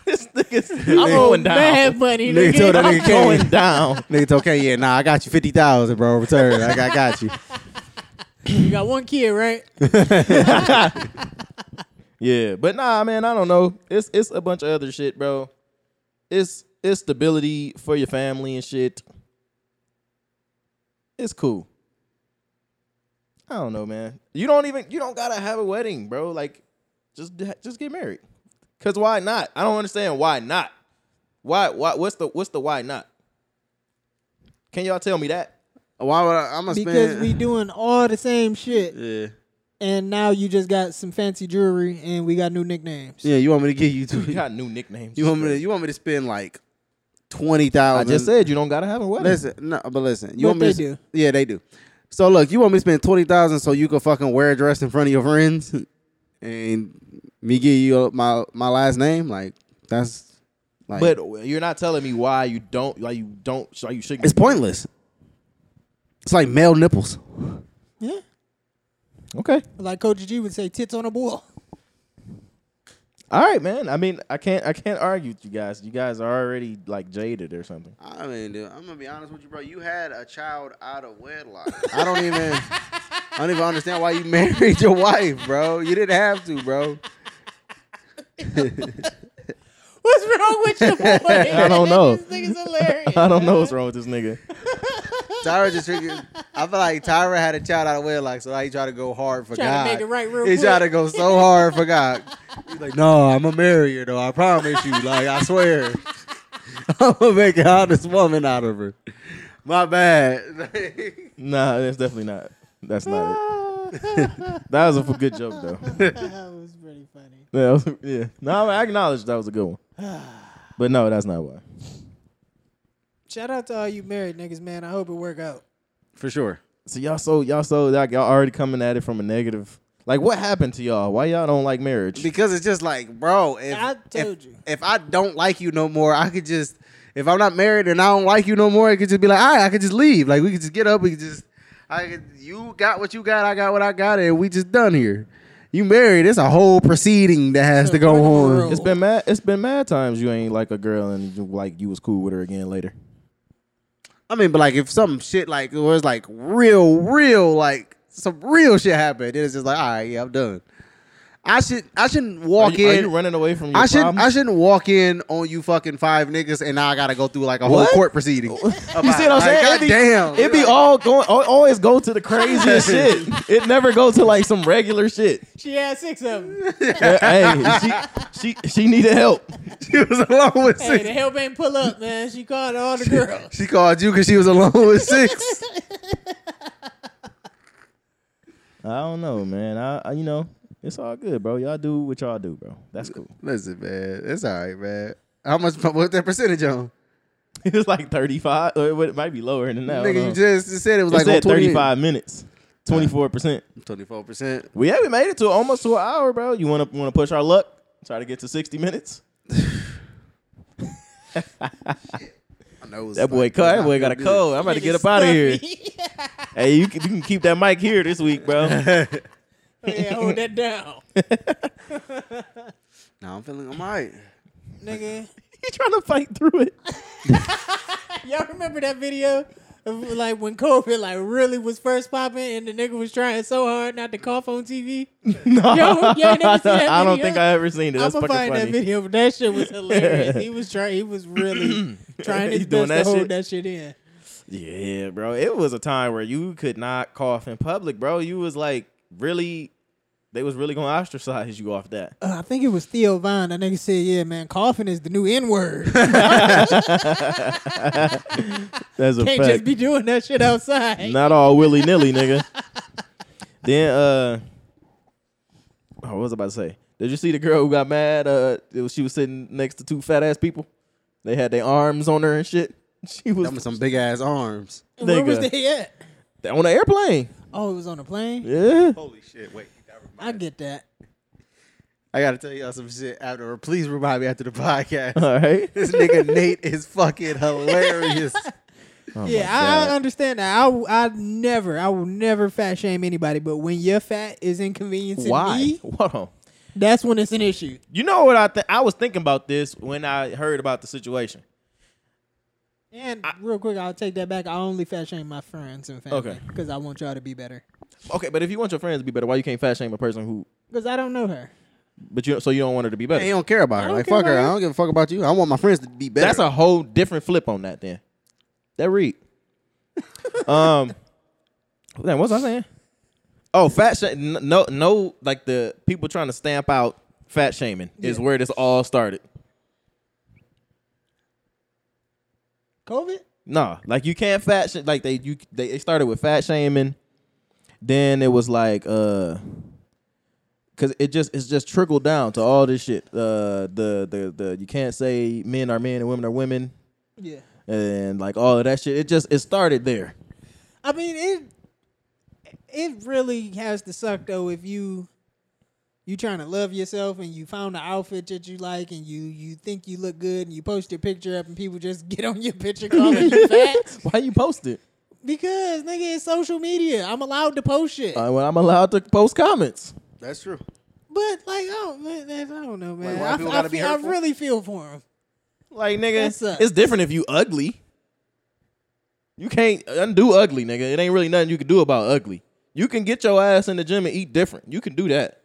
Speaker 1: This nigga's, I'm going
Speaker 3: Mad
Speaker 1: down.
Speaker 3: money,
Speaker 2: Nigga told that
Speaker 3: nigga.
Speaker 1: I'm
Speaker 2: nigga came. [LAUGHS]
Speaker 1: going down."
Speaker 2: Nigga, told, okay, yeah, nah, I got you fifty thousand, bro. Return, I got, I got you.
Speaker 3: You got one kid, right?
Speaker 1: Yeah, but nah, man, I don't know. It's it's a bunch of other shit, bro. It's it's stability for your family and shit. It's cool. I don't know, man. You don't even you don't gotta have a wedding, bro. Like, just just get married. Cause why not? I don't understand why not. Why why what's the what's the why not? Can y'all tell me
Speaker 2: [CLEARS THROAT]
Speaker 1: that?
Speaker 2: [LAUGHS] Why would I? I'm gonna
Speaker 3: Because
Speaker 2: spend.
Speaker 3: we doing all the same shit,
Speaker 2: yeah,
Speaker 3: and now you just got some fancy jewelry, and we got new nicknames.
Speaker 2: yeah. You want me to give you?
Speaker 1: You
Speaker 2: Two,
Speaker 1: got new nicknames.
Speaker 2: [LAUGHS] you want me? To, you want me to spend like twenty
Speaker 1: I
Speaker 2: thousand?
Speaker 1: just said you don't gotta have a wedding.
Speaker 2: Listen, no, but listen. You
Speaker 3: But
Speaker 2: want me
Speaker 3: they
Speaker 2: to,
Speaker 3: do.
Speaker 2: Yeah, they do. So look, you want me to spend twenty thousand so you can fucking wear a dress in front of your friends, [LAUGHS] and me give you my my last name? Like that's like,
Speaker 1: But you're not telling me why you don't why you don't why you shouldn't.
Speaker 2: it's pointless. It's like male nipples.
Speaker 3: Yeah.
Speaker 1: Okay.
Speaker 3: Like Coach G would say, tits on a ball.
Speaker 1: All right, man. I mean, I can't I can't argue with you guys. You guys are already like jaded or something. [LAUGHS]
Speaker 2: I mean, dude, I'm gonna be honest with you, bro. You had a child out of wedlock. I don't even, I don't even understand why you [LAUGHS] married your wife, bro. You didn't have to, bro.
Speaker 3: [LAUGHS] What's wrong with your
Speaker 1: [LAUGHS]
Speaker 3: boy? I
Speaker 1: don't know.
Speaker 3: [LAUGHS] this nigga's
Speaker 1: [LAUGHS]
Speaker 3: hilarious.
Speaker 1: I don't know what's wrong with this nigga.
Speaker 2: Tyra just figured. I feel like Tyra had a child out of wedlock, so now he try to go hard for
Speaker 3: Trying
Speaker 2: God.
Speaker 3: to make it right real
Speaker 2: he
Speaker 3: quick.
Speaker 2: try to go so hard for
Speaker 3: [LAUGHS]
Speaker 2: God. He's like, no, I'm gonna marry her though. I promise you. Like, I swear, [LAUGHS] I'm gonna make an honest woman out of her. My bad. [LAUGHS]
Speaker 1: Nah, that's definitely not. That's not it. that was a f- good joke though.
Speaker 3: [LAUGHS]
Speaker 1: [LAUGHS]
Speaker 3: that was pretty funny.
Speaker 1: That was- yeah. No, I acknowledge that was a good one. But no, that's not why.
Speaker 3: Shout out to all you married niggas, man. I hope it work out.
Speaker 2: for sure.
Speaker 1: So y'all so y'all so like y'all already coming at it from a negative. Like what happened to y'all? Why y'all don't like marriage?
Speaker 2: Because it's just like, bro, if
Speaker 3: I told
Speaker 2: if,
Speaker 3: you.
Speaker 2: if I don't like you no more, I could just if I'm not married and I don't like you no more, it could just be like, all right, I could just leave. Like we could just get up, we could just I could, you got what you got, I got what I got, and we just done here. You married, it's a whole proceeding that has to go
Speaker 3: Bro.
Speaker 2: on.
Speaker 1: It's been mad. It's been mad times you ain't like a girl and you, like you was cool with her again later.
Speaker 2: I mean, but like if some shit like it was like real, real, like some real shit happened, then it's just like, all right, yeah, I'm done. I should I shouldn't walk
Speaker 1: Are you, are
Speaker 2: in.
Speaker 1: you running away from your
Speaker 2: I shouldn't
Speaker 1: problems?
Speaker 2: I shouldn't walk in on you fucking five niggas and now I gotta go through like a
Speaker 1: What?
Speaker 2: whole court proceeding. you
Speaker 1: [LAUGHS]
Speaker 2: see
Speaker 1: You see what I'm saying?
Speaker 2: God
Speaker 1: it be,
Speaker 2: damn.
Speaker 1: It be all going. al- Always go to the craziest [LAUGHS] shit. It never go to like some regular shit.
Speaker 3: She had six of them.
Speaker 1: [LAUGHS] hey, she she she needed help.
Speaker 2: [LAUGHS] she was alone with
Speaker 3: hey,
Speaker 2: six.
Speaker 3: the help ain't pull up, man. She called
Speaker 1: [LAUGHS]
Speaker 3: all the girls.
Speaker 2: She called you because she was alone with six.
Speaker 1: I don't know, man. I, I you know it's all good, bro. Y'all do what y'all do, bro. That's cool. [LAUGHS]
Speaker 2: Listen, man, it's all right, man. How much? What that percentage on?
Speaker 1: It was like 35. Or it would- it might be lower than that. I don't
Speaker 2: Nigga,
Speaker 1: know.
Speaker 2: you just said it was
Speaker 1: it
Speaker 2: like
Speaker 1: said 35 minutes. 24 percent.
Speaker 2: Twenty-four percent.
Speaker 1: We yeah, we made it to almost to an hour, bro. You wanna wanna push our luck? Try to get to 60 minutes.
Speaker 2: I know it was
Speaker 1: That boy,
Speaker 2: like-
Speaker 1: cut. that boy got a
Speaker 2: Good.
Speaker 1: cold. I'm about [LAUGHS] to get up out of here. Hey, you can, you can keep that mic here this week, bro. [LAUGHS]
Speaker 3: Oh, yeah, hold that down,
Speaker 2: Nah, I'm feeling I'm all right.
Speaker 3: nigga.
Speaker 1: He trying to fight through it. [LAUGHS]
Speaker 3: Y'all remember that video of like when COVID like really was first popping and the nigga was trying so hard not to cough on TV?
Speaker 1: No,
Speaker 3: Yo, you
Speaker 1: [LAUGHS]
Speaker 3: ain't never seen that
Speaker 1: I don't
Speaker 3: video?
Speaker 1: think I ever seen it.
Speaker 3: I'm
Speaker 1: That's
Speaker 3: gonna
Speaker 1: fucking
Speaker 3: find that
Speaker 1: funny.
Speaker 3: video. But that shit
Speaker 1: [LAUGHS]
Speaker 3: was hilarious. he was trying. He
Speaker 1: [CLEARS THROAT]
Speaker 3: was really trying
Speaker 1: He
Speaker 3: his
Speaker 1: doing that
Speaker 3: best to hold
Speaker 1: shit?
Speaker 3: that shit in.
Speaker 1: Yeah, bro. It was a time where you could not cough in public, bro. You was like really They was really gonna ostracize you off
Speaker 3: [LAUGHS]
Speaker 1: that.
Speaker 3: Uh, I think it was Theo Vaughn. That nigga said, "Yeah, man, coughing is the new N
Speaker 1: [LAUGHS]
Speaker 3: word.
Speaker 1: That's a
Speaker 3: Can't just be doing that shit outside."
Speaker 1: Not all willy nilly, nigga. [LAUGHS] then uh, oh, what was I about to say? Did you see the girl who got mad? Uh, it was- she was sitting next to two fat ass people. They had their arms on her and shit. [LAUGHS] She was
Speaker 2: Them with some big ass arms.
Speaker 3: Where was
Speaker 1: nigga.
Speaker 3: they at?
Speaker 1: on an airplane.
Speaker 3: Oh, it was on a plane.
Speaker 1: [LAUGHS] Yeah.
Speaker 2: Holy shit! Wait,
Speaker 3: I get that.
Speaker 2: I gotta tell y'all some shit after. Please remind me after the [LAUGHS] podcast.
Speaker 1: All [LAUGHS] right.
Speaker 2: this nigga Nate is fucking [LAUGHS] hilarious.
Speaker 3: yeah, I, I understand that. I, w- I never, I will never fat shame anybody. But when your fat is inconveniencing
Speaker 1: Why?
Speaker 3: me,
Speaker 1: Hold on.
Speaker 3: that's when it's an issue.
Speaker 1: You know what I think? I was thinking about this when I heard about the situation.
Speaker 3: And real quick, I'll take that back. I only fat shame my friends and family
Speaker 1: Okay.
Speaker 3: because I want y'all to be better.
Speaker 1: Okay, but if you want your friends to be better, why you can't fat shame a person who?
Speaker 3: Because I don't know her.
Speaker 1: But you so you don't want her to be
Speaker 2: Hey, you
Speaker 1: better.
Speaker 2: don't care about
Speaker 3: I
Speaker 2: her.
Speaker 3: don't
Speaker 2: Like
Speaker 3: care
Speaker 2: fuck her.
Speaker 3: about
Speaker 2: I
Speaker 3: her.
Speaker 2: don't give a fuck about you. I want my friends to be better.
Speaker 1: That's a whole different flip on that. Then that [LAUGHS] read. um, then what's I saying? Oh, fat shame. No, no, like the people trying to stamp out fat shaming is
Speaker 3: Yeah.
Speaker 1: where this all started.
Speaker 3: COVID?
Speaker 1: Nah, like you can't fat sh- like they you they, they started with fat shaming, then it was like uh, cause it just it's just trickled down to all this shit. Uh, the the the you can't say men are men and women are women
Speaker 3: Yeah.
Speaker 1: and like all of that shit. It just it started there.
Speaker 3: I mean it. It really has to suck though if you you trying to love yourself and you found an outfit that you like and you you think you look good and you post your picture up and people just [LAUGHS] get on your picture calling
Speaker 1: [LAUGHS]
Speaker 3: you fat
Speaker 1: Why you post it?
Speaker 3: because nigga it's social media. I'm allowed to post shit,
Speaker 1: Uh, when I'm allowed to post comments.
Speaker 2: That's true.
Speaker 3: but like oh man, that's- I don't know man.
Speaker 2: why
Speaker 3: I,
Speaker 2: people
Speaker 3: I
Speaker 2: gotta be
Speaker 3: feel- I
Speaker 2: hurtful?
Speaker 3: really feel for him.
Speaker 1: Like
Speaker 3: That
Speaker 1: nigga,
Speaker 3: sucks.
Speaker 1: it's different if you ugly. You can't undo ugly, nigga. It ain't really nothing you can do about ugly. You can get your ass in the gym and eat different. You can do that.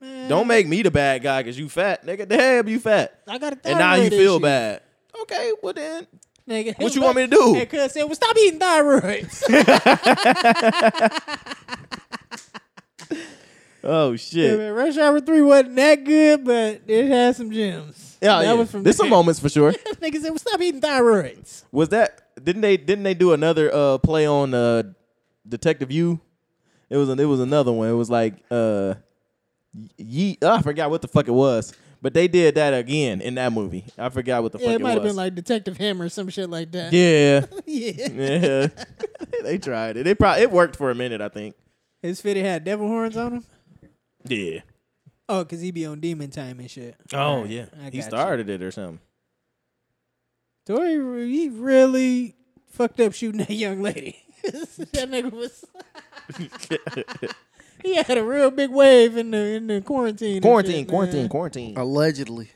Speaker 3: Man,
Speaker 1: Don't make me the bad guy because you fat, nigga. Damn, you fat.
Speaker 3: I got a thyroid
Speaker 1: And now you feel
Speaker 3: issue,
Speaker 1: bad. Okay, well then.
Speaker 3: Nigga.
Speaker 1: What you want
Speaker 3: [LAUGHS]
Speaker 1: me to do?
Speaker 3: And cuz said, "Well, stop
Speaker 1: [LAUGHS]
Speaker 3: eating thyroids."
Speaker 1: Oh
Speaker 3: Yeah,
Speaker 1: shit.
Speaker 3: man, Rush Hour 3 wasn't that good, but it had some gems.
Speaker 1: Yeah,
Speaker 3: that
Speaker 1: yeah.
Speaker 3: was from
Speaker 1: There's
Speaker 3: [LAUGHS]
Speaker 1: some moments for sure.
Speaker 3: Niggas said, well, stop eating thyroids.
Speaker 1: Was that didn't they didn't they do another uh play on uh Detective U? It was an, it was another one. It was like uh ye I forgot what the fuck it was. But they did that again in that movie. I forgot what the
Speaker 3: Yeah,
Speaker 1: fuck
Speaker 3: it
Speaker 1: it
Speaker 3: might have
Speaker 1: was.
Speaker 3: been like Detective Hammer or some shit like that.
Speaker 1: yeah.
Speaker 3: [LAUGHS]
Speaker 1: [LAUGHS]
Speaker 3: Yeah.
Speaker 1: Yeah. they tried it. It probably it worked for a minute, I think.
Speaker 3: His fitty had devil horns on him?
Speaker 1: Yeah.
Speaker 3: Oh, because he be on demon time and shit.
Speaker 1: Oh yeah.
Speaker 3: I
Speaker 1: He
Speaker 3: got you.
Speaker 1: started it or something.
Speaker 3: Tori, re- he really fucked up shooting that young lady. [LAUGHS] that nigga was. [LAUGHS] he had a real big wave in the in the quarantine. and
Speaker 1: Quarantine,
Speaker 3: shit,
Speaker 1: quarantine,
Speaker 3: man. Oh.
Speaker 1: quarantine.
Speaker 2: Allegedly.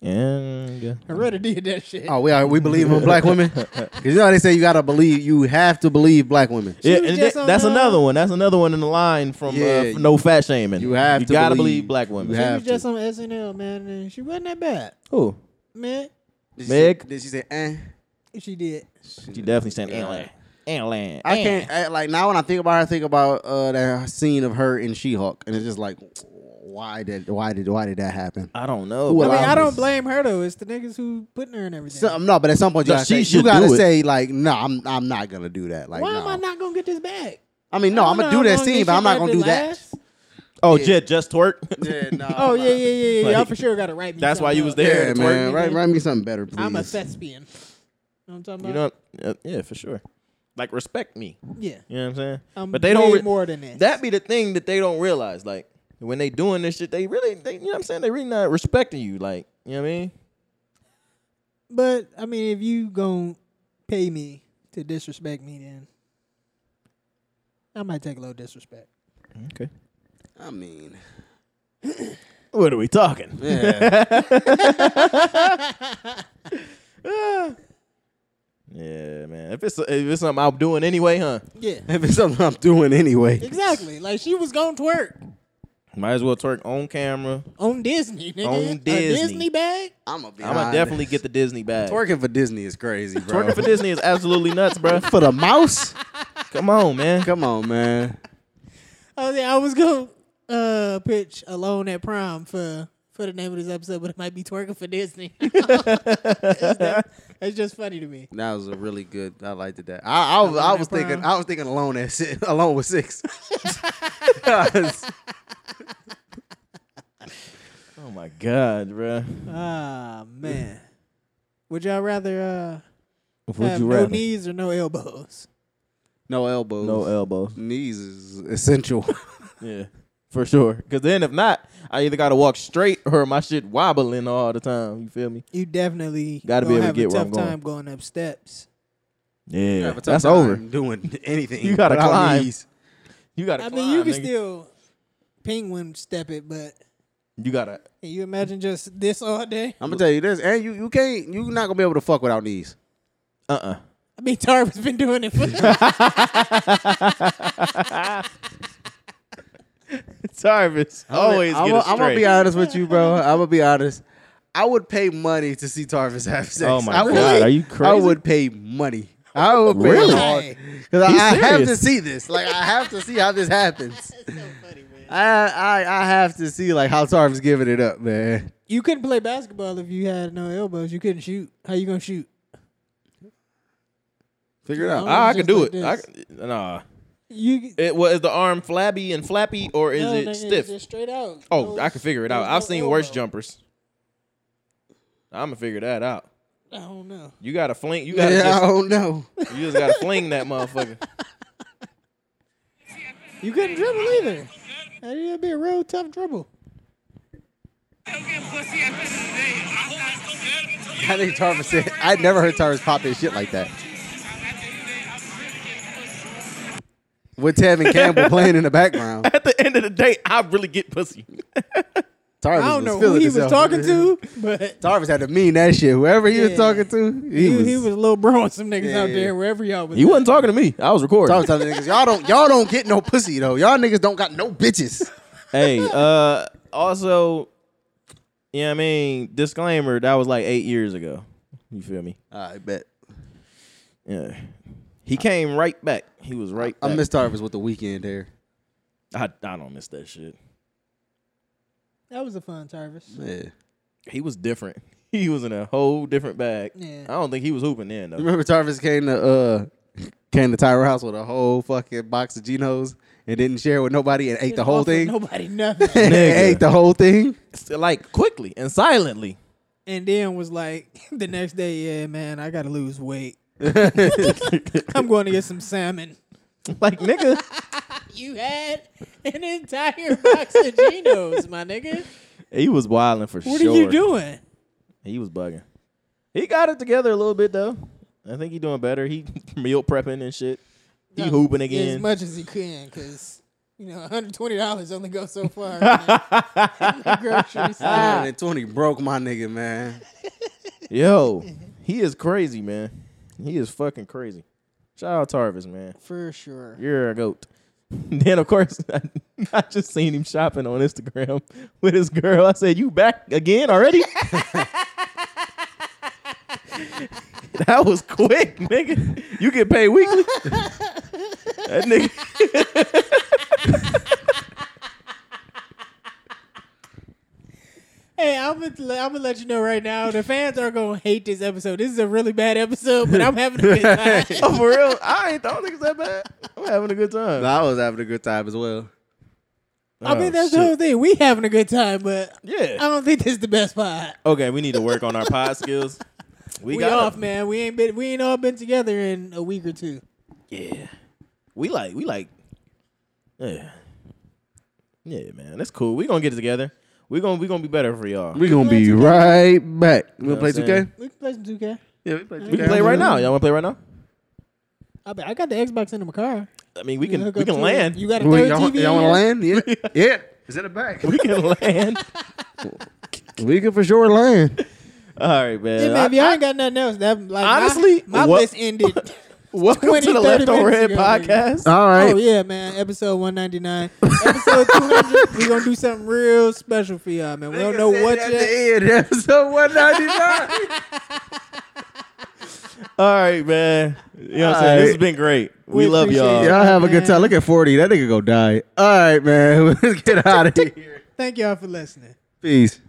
Speaker 1: And yeah.
Speaker 3: Loretta did that shit.
Speaker 2: Oh, we are, we believe in black women because you know how they say you gotta believe you have to believe black women.
Speaker 1: Yeah,
Speaker 3: was
Speaker 1: and
Speaker 3: just
Speaker 1: that-
Speaker 3: on,
Speaker 1: that's
Speaker 3: uh,
Speaker 1: another one. That's another one in the line from
Speaker 2: Yeah,
Speaker 1: uh, f- no fat shaming.
Speaker 2: you have
Speaker 1: you
Speaker 2: to
Speaker 1: gotta believe,
Speaker 2: believe-
Speaker 1: black women.
Speaker 2: you
Speaker 3: she
Speaker 2: have
Speaker 3: was
Speaker 2: to.
Speaker 3: just on SNL, man, and she wasn't that bad,
Speaker 1: Who?
Speaker 3: man.
Speaker 2: Did she
Speaker 1: Meg?
Speaker 2: say- Did she say? Eh?
Speaker 3: She did.
Speaker 1: She definitely saying
Speaker 2: Yeah.
Speaker 1: Alan. Alan.
Speaker 2: I can't I, like now when I think about her, I think about uh, that scene of her in She-Hulk, and it's just like, why did why did why did that happen?
Speaker 1: I don't know.
Speaker 2: Who
Speaker 1: but
Speaker 3: I mean,
Speaker 2: allowed
Speaker 1: I-
Speaker 3: I
Speaker 2: this?
Speaker 3: don't blame her though. It's the niggas who putting her in everything.
Speaker 2: Some, um, no, but at some point you
Speaker 1: No,
Speaker 2: gotta,
Speaker 1: she
Speaker 2: say, you
Speaker 1: should
Speaker 2: gotta
Speaker 1: do it.
Speaker 2: say like, no, I'm I'm not gonna do that. Like,
Speaker 3: Why am
Speaker 2: no.
Speaker 3: I not gonna get this back?
Speaker 2: I mean, no,
Speaker 3: I
Speaker 2: I'm
Speaker 3: don't
Speaker 2: gonna
Speaker 3: know
Speaker 2: do
Speaker 3: how
Speaker 2: that
Speaker 3: long
Speaker 2: scene,
Speaker 3: this
Speaker 2: but
Speaker 3: shit
Speaker 2: I'm not
Speaker 3: about
Speaker 2: gonna
Speaker 3: to
Speaker 2: do that.
Speaker 3: last.
Speaker 1: oh,
Speaker 2: yeah.
Speaker 1: Jid, just twerk.
Speaker 2: Yeah, no.
Speaker 3: Oh yeah, yeah, yeah, yeah. Y'all
Speaker 1: Like-
Speaker 3: for sure gotta write me.
Speaker 1: That's why
Speaker 3: something
Speaker 1: you was
Speaker 3: else.
Speaker 1: there.
Speaker 2: yeah,
Speaker 1: to
Speaker 2: man.
Speaker 1: twerk.
Speaker 2: Write, write me something better, please.
Speaker 3: I'm a thespian. You know what I'm talking
Speaker 1: You
Speaker 3: about?
Speaker 1: know, uh, yeah, for sure. Like respect me.
Speaker 3: yeah.
Speaker 1: You know what I'm saying?
Speaker 3: I'm
Speaker 1: but they
Speaker 3: way
Speaker 1: don't. Re-
Speaker 3: more than that.
Speaker 1: that be the thing that they don't realize. Like when they doing this shit, they really, they, you know what I'm saying? They really not respecting you. Like you know what I mean?
Speaker 3: But I mean, if you gonna pay me to disrespect me, then I might take a little disrespect.
Speaker 1: Okay.
Speaker 2: I [LAUGHS] mean,
Speaker 1: What are we talking?
Speaker 2: yeah.
Speaker 1: Yeah, man. If it's if it's something I'm doing anyway, huh?
Speaker 3: Yeah,
Speaker 2: if it's something I'm doing anyway,
Speaker 3: exactly. Like she was gonna twerk
Speaker 1: Might as well twerk on camera.
Speaker 3: on Disney, nigga.
Speaker 1: On
Speaker 3: A
Speaker 1: Disney.
Speaker 3: Disney bag.
Speaker 2: I'm gonna be.
Speaker 1: I'm gonna
Speaker 2: honest.
Speaker 1: definitely get the Disney bag.
Speaker 2: Twerking for Disney is crazy, bro.
Speaker 1: Twerking for Disney is absolutely nuts,
Speaker 2: [LAUGHS]
Speaker 1: bro.
Speaker 2: for the mouse?
Speaker 1: Come on, man.
Speaker 2: Come on, man.
Speaker 3: Oh, I was, I was gonna uh pitch alone at prom for for the name of this episode, but it might be twerking for Disney. [LAUGHS] That's just funny to me.
Speaker 2: That was a really good. I liked it. That I, I, was, I
Speaker 3: Alone
Speaker 2: was
Speaker 3: at prom.
Speaker 2: thinking. I was thinking alone at six, [LAUGHS] alone with six. I
Speaker 1: Oh my god, bro.
Speaker 3: Ah man, would y'all rather uh
Speaker 1: Would
Speaker 3: have
Speaker 1: you
Speaker 3: no
Speaker 1: rather?
Speaker 3: knees or no elbows?
Speaker 2: no elbows.
Speaker 1: No elbows.
Speaker 2: Knees is [LAUGHS] essential.
Speaker 1: Yeah, for sure. Because then, if not, I either gotta walk straight or my shit wobbling all the time. You feel me?
Speaker 3: You definitely
Speaker 1: Gotta be
Speaker 3: gonna
Speaker 1: able to
Speaker 3: have
Speaker 1: get
Speaker 3: a
Speaker 1: where
Speaker 3: tough
Speaker 1: I'm going.
Speaker 3: time going up steps.
Speaker 2: I
Speaker 1: Yeah,
Speaker 2: have a tough
Speaker 1: that's
Speaker 2: time
Speaker 1: over.
Speaker 2: Doing anything.
Speaker 1: You gotta
Speaker 2: without
Speaker 1: climb.
Speaker 2: knees.
Speaker 1: You gotta.
Speaker 3: I
Speaker 1: climb,
Speaker 3: mean, you can
Speaker 1: nigga.
Speaker 3: still penguin step it, but
Speaker 1: You gotta.
Speaker 3: can you imagine just this all day?
Speaker 2: I'm gonna tell you this, and you you can't. You not gonna be able to fuck without knees.
Speaker 1: Uh uh [LAUGHS]
Speaker 3: I mean, Tarvin's been doing it for.
Speaker 1: Tarvis always
Speaker 2: I'm,
Speaker 1: get
Speaker 2: gonna-
Speaker 1: it straight.
Speaker 2: I'm gonna be honest with
Speaker 1: [LAUGHS]
Speaker 2: you, bro. I'm gonna be honest. I would pay money to see Tarvis have sex.
Speaker 1: Oh my
Speaker 2: I would-
Speaker 1: God, are you crazy?
Speaker 2: I would pay money. I would pay
Speaker 1: Really?
Speaker 2: really because I,
Speaker 1: He's
Speaker 2: I have
Speaker 1: serious.
Speaker 2: to see this. Like I have to see how this happens. I, I I have to see like how Tarvis giving it
Speaker 1: [LAUGHS]
Speaker 2: up, man.
Speaker 3: You couldn't play basketball if you had no elbows. You couldn't shoot. How you gonna shoot?
Speaker 2: Figure it
Speaker 3: Oh,
Speaker 2: out.
Speaker 1: I, I
Speaker 3: it's
Speaker 1: could do
Speaker 3: just
Speaker 1: it. I
Speaker 3: like
Speaker 1: could, nah.
Speaker 3: You
Speaker 1: It was the arm flabby and flappy, or is
Speaker 3: no,
Speaker 1: it
Speaker 3: nigga, it's
Speaker 1: stiff?
Speaker 3: just straight out.
Speaker 1: Oh,
Speaker 3: No-
Speaker 1: I can figure it out.
Speaker 3: there's
Speaker 1: I've
Speaker 3: no
Speaker 1: seen worse
Speaker 3: elbow.
Speaker 1: jumpers. I'm gonna figure that out.
Speaker 3: I don't know.
Speaker 1: You gotta fling. You gotta.
Speaker 2: Yeah, I
Speaker 1: Just,
Speaker 2: don't know.
Speaker 1: you just gotta fling that motherfucker.
Speaker 3: You couldn't dribble either. That'd be a real tough dribble.
Speaker 2: I think Tarvis said I never heard Tarvis pop his shit like that. With Tevin Campbell playing in the background,
Speaker 1: [LAUGHS] At the end of the day, I really get pussy.
Speaker 2: Tarvis
Speaker 3: I don't
Speaker 2: was
Speaker 3: know who
Speaker 2: feeling
Speaker 3: he was
Speaker 2: himself.
Speaker 3: talking to,
Speaker 1: [LAUGHS]
Speaker 3: but
Speaker 2: Tarvis had to mean that shit. Whoever he
Speaker 3: Yeah.
Speaker 2: was talking to, he,
Speaker 3: he,
Speaker 2: was.
Speaker 3: he was low broing some niggas
Speaker 2: Yeah,
Speaker 3: out
Speaker 2: yeah.
Speaker 3: there wherever y'all was.
Speaker 1: You
Speaker 3: at.
Speaker 1: wasn't talking to me. I was recording.
Speaker 2: Tarvis telling niggas, y'all don't, y'all don't get no pussy though. Y'all niggas don't got no bitches.
Speaker 1: hey, uh, also, you know what I mean? Disclaimer, that was like eight years ago. You feel me?
Speaker 2: I bet.
Speaker 1: Yeah. He came right back. He was right
Speaker 2: I
Speaker 1: back.
Speaker 2: miss Tarvis with the weekend there.
Speaker 1: I, I don't miss that shit.
Speaker 3: That was a fun Tarvis.
Speaker 2: Yeah.
Speaker 1: He was different. [LAUGHS] He was in a whole different bag.
Speaker 3: Yeah.
Speaker 1: I don't think he was hooping then,
Speaker 2: You
Speaker 1: [LAUGHS] though.
Speaker 2: remember Tarvis came to uh came to Tyra House with a whole fucking box of Genos and didn't share with nobody and ate the whole
Speaker 3: Also,
Speaker 1: [LAUGHS]
Speaker 2: thing.
Speaker 3: Nobody nothing.
Speaker 2: And
Speaker 1: Nigga.
Speaker 2: [LAUGHS] ate the whole thing.
Speaker 1: It's Like, quickly and silently. [LAUGHS]
Speaker 3: and then was like [LAUGHS] the next day, yeah, man, I gotta lose weight.
Speaker 1: [LAUGHS]
Speaker 3: I'm going to get some salmon.
Speaker 1: Like, nigga.
Speaker 3: You had an entire box of Genos, my nigga.
Speaker 1: He was wilding for
Speaker 3: What
Speaker 1: sure.
Speaker 3: are you doing?
Speaker 1: He was bugging. He got it together a little bit though. I think he doing better. He [LAUGHS] meal prepping and shit. He
Speaker 3: No,
Speaker 1: hooping
Speaker 3: As
Speaker 1: again.
Speaker 3: much as he can, because you know, hundred twenty dollars only goes so
Speaker 1: [LAUGHS]
Speaker 3: far. in the grocery store.
Speaker 2: And Tony broke my nigga, man.
Speaker 1: Yo, he is crazy, man. He is fucking crazy. Shout out Tarvis, man.
Speaker 3: For sure.
Speaker 1: You're a goat. [LAUGHS] then of course [LAUGHS] I, I just seen him shopping on Instagram [LAUGHS] with his girl. I said, "You back again already?" [LAUGHS] that was quick, nigga. You get paid weekly. that nigga. [LAUGHS]
Speaker 3: Hey, I'm gonna I'm gonna let you know right now. The fans are gonna hate this episode. This is a really bad episode, but I'm having
Speaker 1: [LAUGHS]
Speaker 3: a good time.
Speaker 1: Oh, for real? I ain't, I don't think it's that bad. I'm having a good time.
Speaker 2: I was having a good time as well.
Speaker 3: I mean,
Speaker 1: Oh,
Speaker 3: that's the
Speaker 1: shit.
Speaker 3: whole thing. We having a good time, but I
Speaker 1: Yeah.
Speaker 3: don't think this is the best pod.
Speaker 1: Okay, we need to work on our pod skills. We,
Speaker 3: We,
Speaker 1: got
Speaker 3: off, man. We ain't been we ain't all been together in a week or two.
Speaker 1: Yeah. We like, we like, yeah. Yeah, man. That's cool. we going to get it together. We're going to we gonna be better for y'all. We,
Speaker 2: We gonna be right back. We gonna play
Speaker 1: what I'm saying?
Speaker 2: 2K?
Speaker 3: We can play some 2K.
Speaker 2: Yeah, we play 2K.
Speaker 1: can play right now. Y'all want to play right now?
Speaker 3: I, bet- I got the Xbox in my car.
Speaker 1: I mean, we
Speaker 3: You
Speaker 1: can
Speaker 3: hook
Speaker 1: we
Speaker 3: up to
Speaker 1: can
Speaker 3: it.
Speaker 1: land. [LAUGHS]
Speaker 3: You got a
Speaker 2: Wait,
Speaker 3: third
Speaker 2: y'all,
Speaker 3: TV? in
Speaker 2: y'all want to
Speaker 3: here?
Speaker 2: land?
Speaker 3: [LAUGHS]
Speaker 2: Yeah, yeah. Is in the back?
Speaker 1: we can land. [LAUGHS]
Speaker 2: We can for sure land.
Speaker 1: All right, man.
Speaker 3: Yeah, man,
Speaker 1: I-
Speaker 3: if y'all ain't got nothing else, that like my-
Speaker 1: Honestly,
Speaker 3: my,
Speaker 1: what-
Speaker 3: list
Speaker 1: [LAUGHS]
Speaker 3: ended.
Speaker 1: welcome
Speaker 3: 20,
Speaker 1: to the
Speaker 3: 30
Speaker 1: Left on
Speaker 3: minutes
Speaker 1: Red
Speaker 3: ago,
Speaker 1: podcast.
Speaker 2: All right.
Speaker 3: Oh yeah, man. Episode one ninety nine. Episode two hundred. we gonna do something real special for y'all, man. We don't know what yet.
Speaker 2: the end. [LAUGHS] Episode one ninety nine.
Speaker 1: All right, man. You know what I'm
Speaker 2: All
Speaker 1: saying?
Speaker 2: right.
Speaker 1: This has been great. We love
Speaker 3: appreciate
Speaker 1: y'all.
Speaker 3: it,
Speaker 2: [LAUGHS] Y'all have a good
Speaker 3: man.
Speaker 2: time. Look at 40. That nigga go die. All right, man. [LAUGHS] Let's get out of here.
Speaker 3: Thank y'all for listening.
Speaker 2: Peace.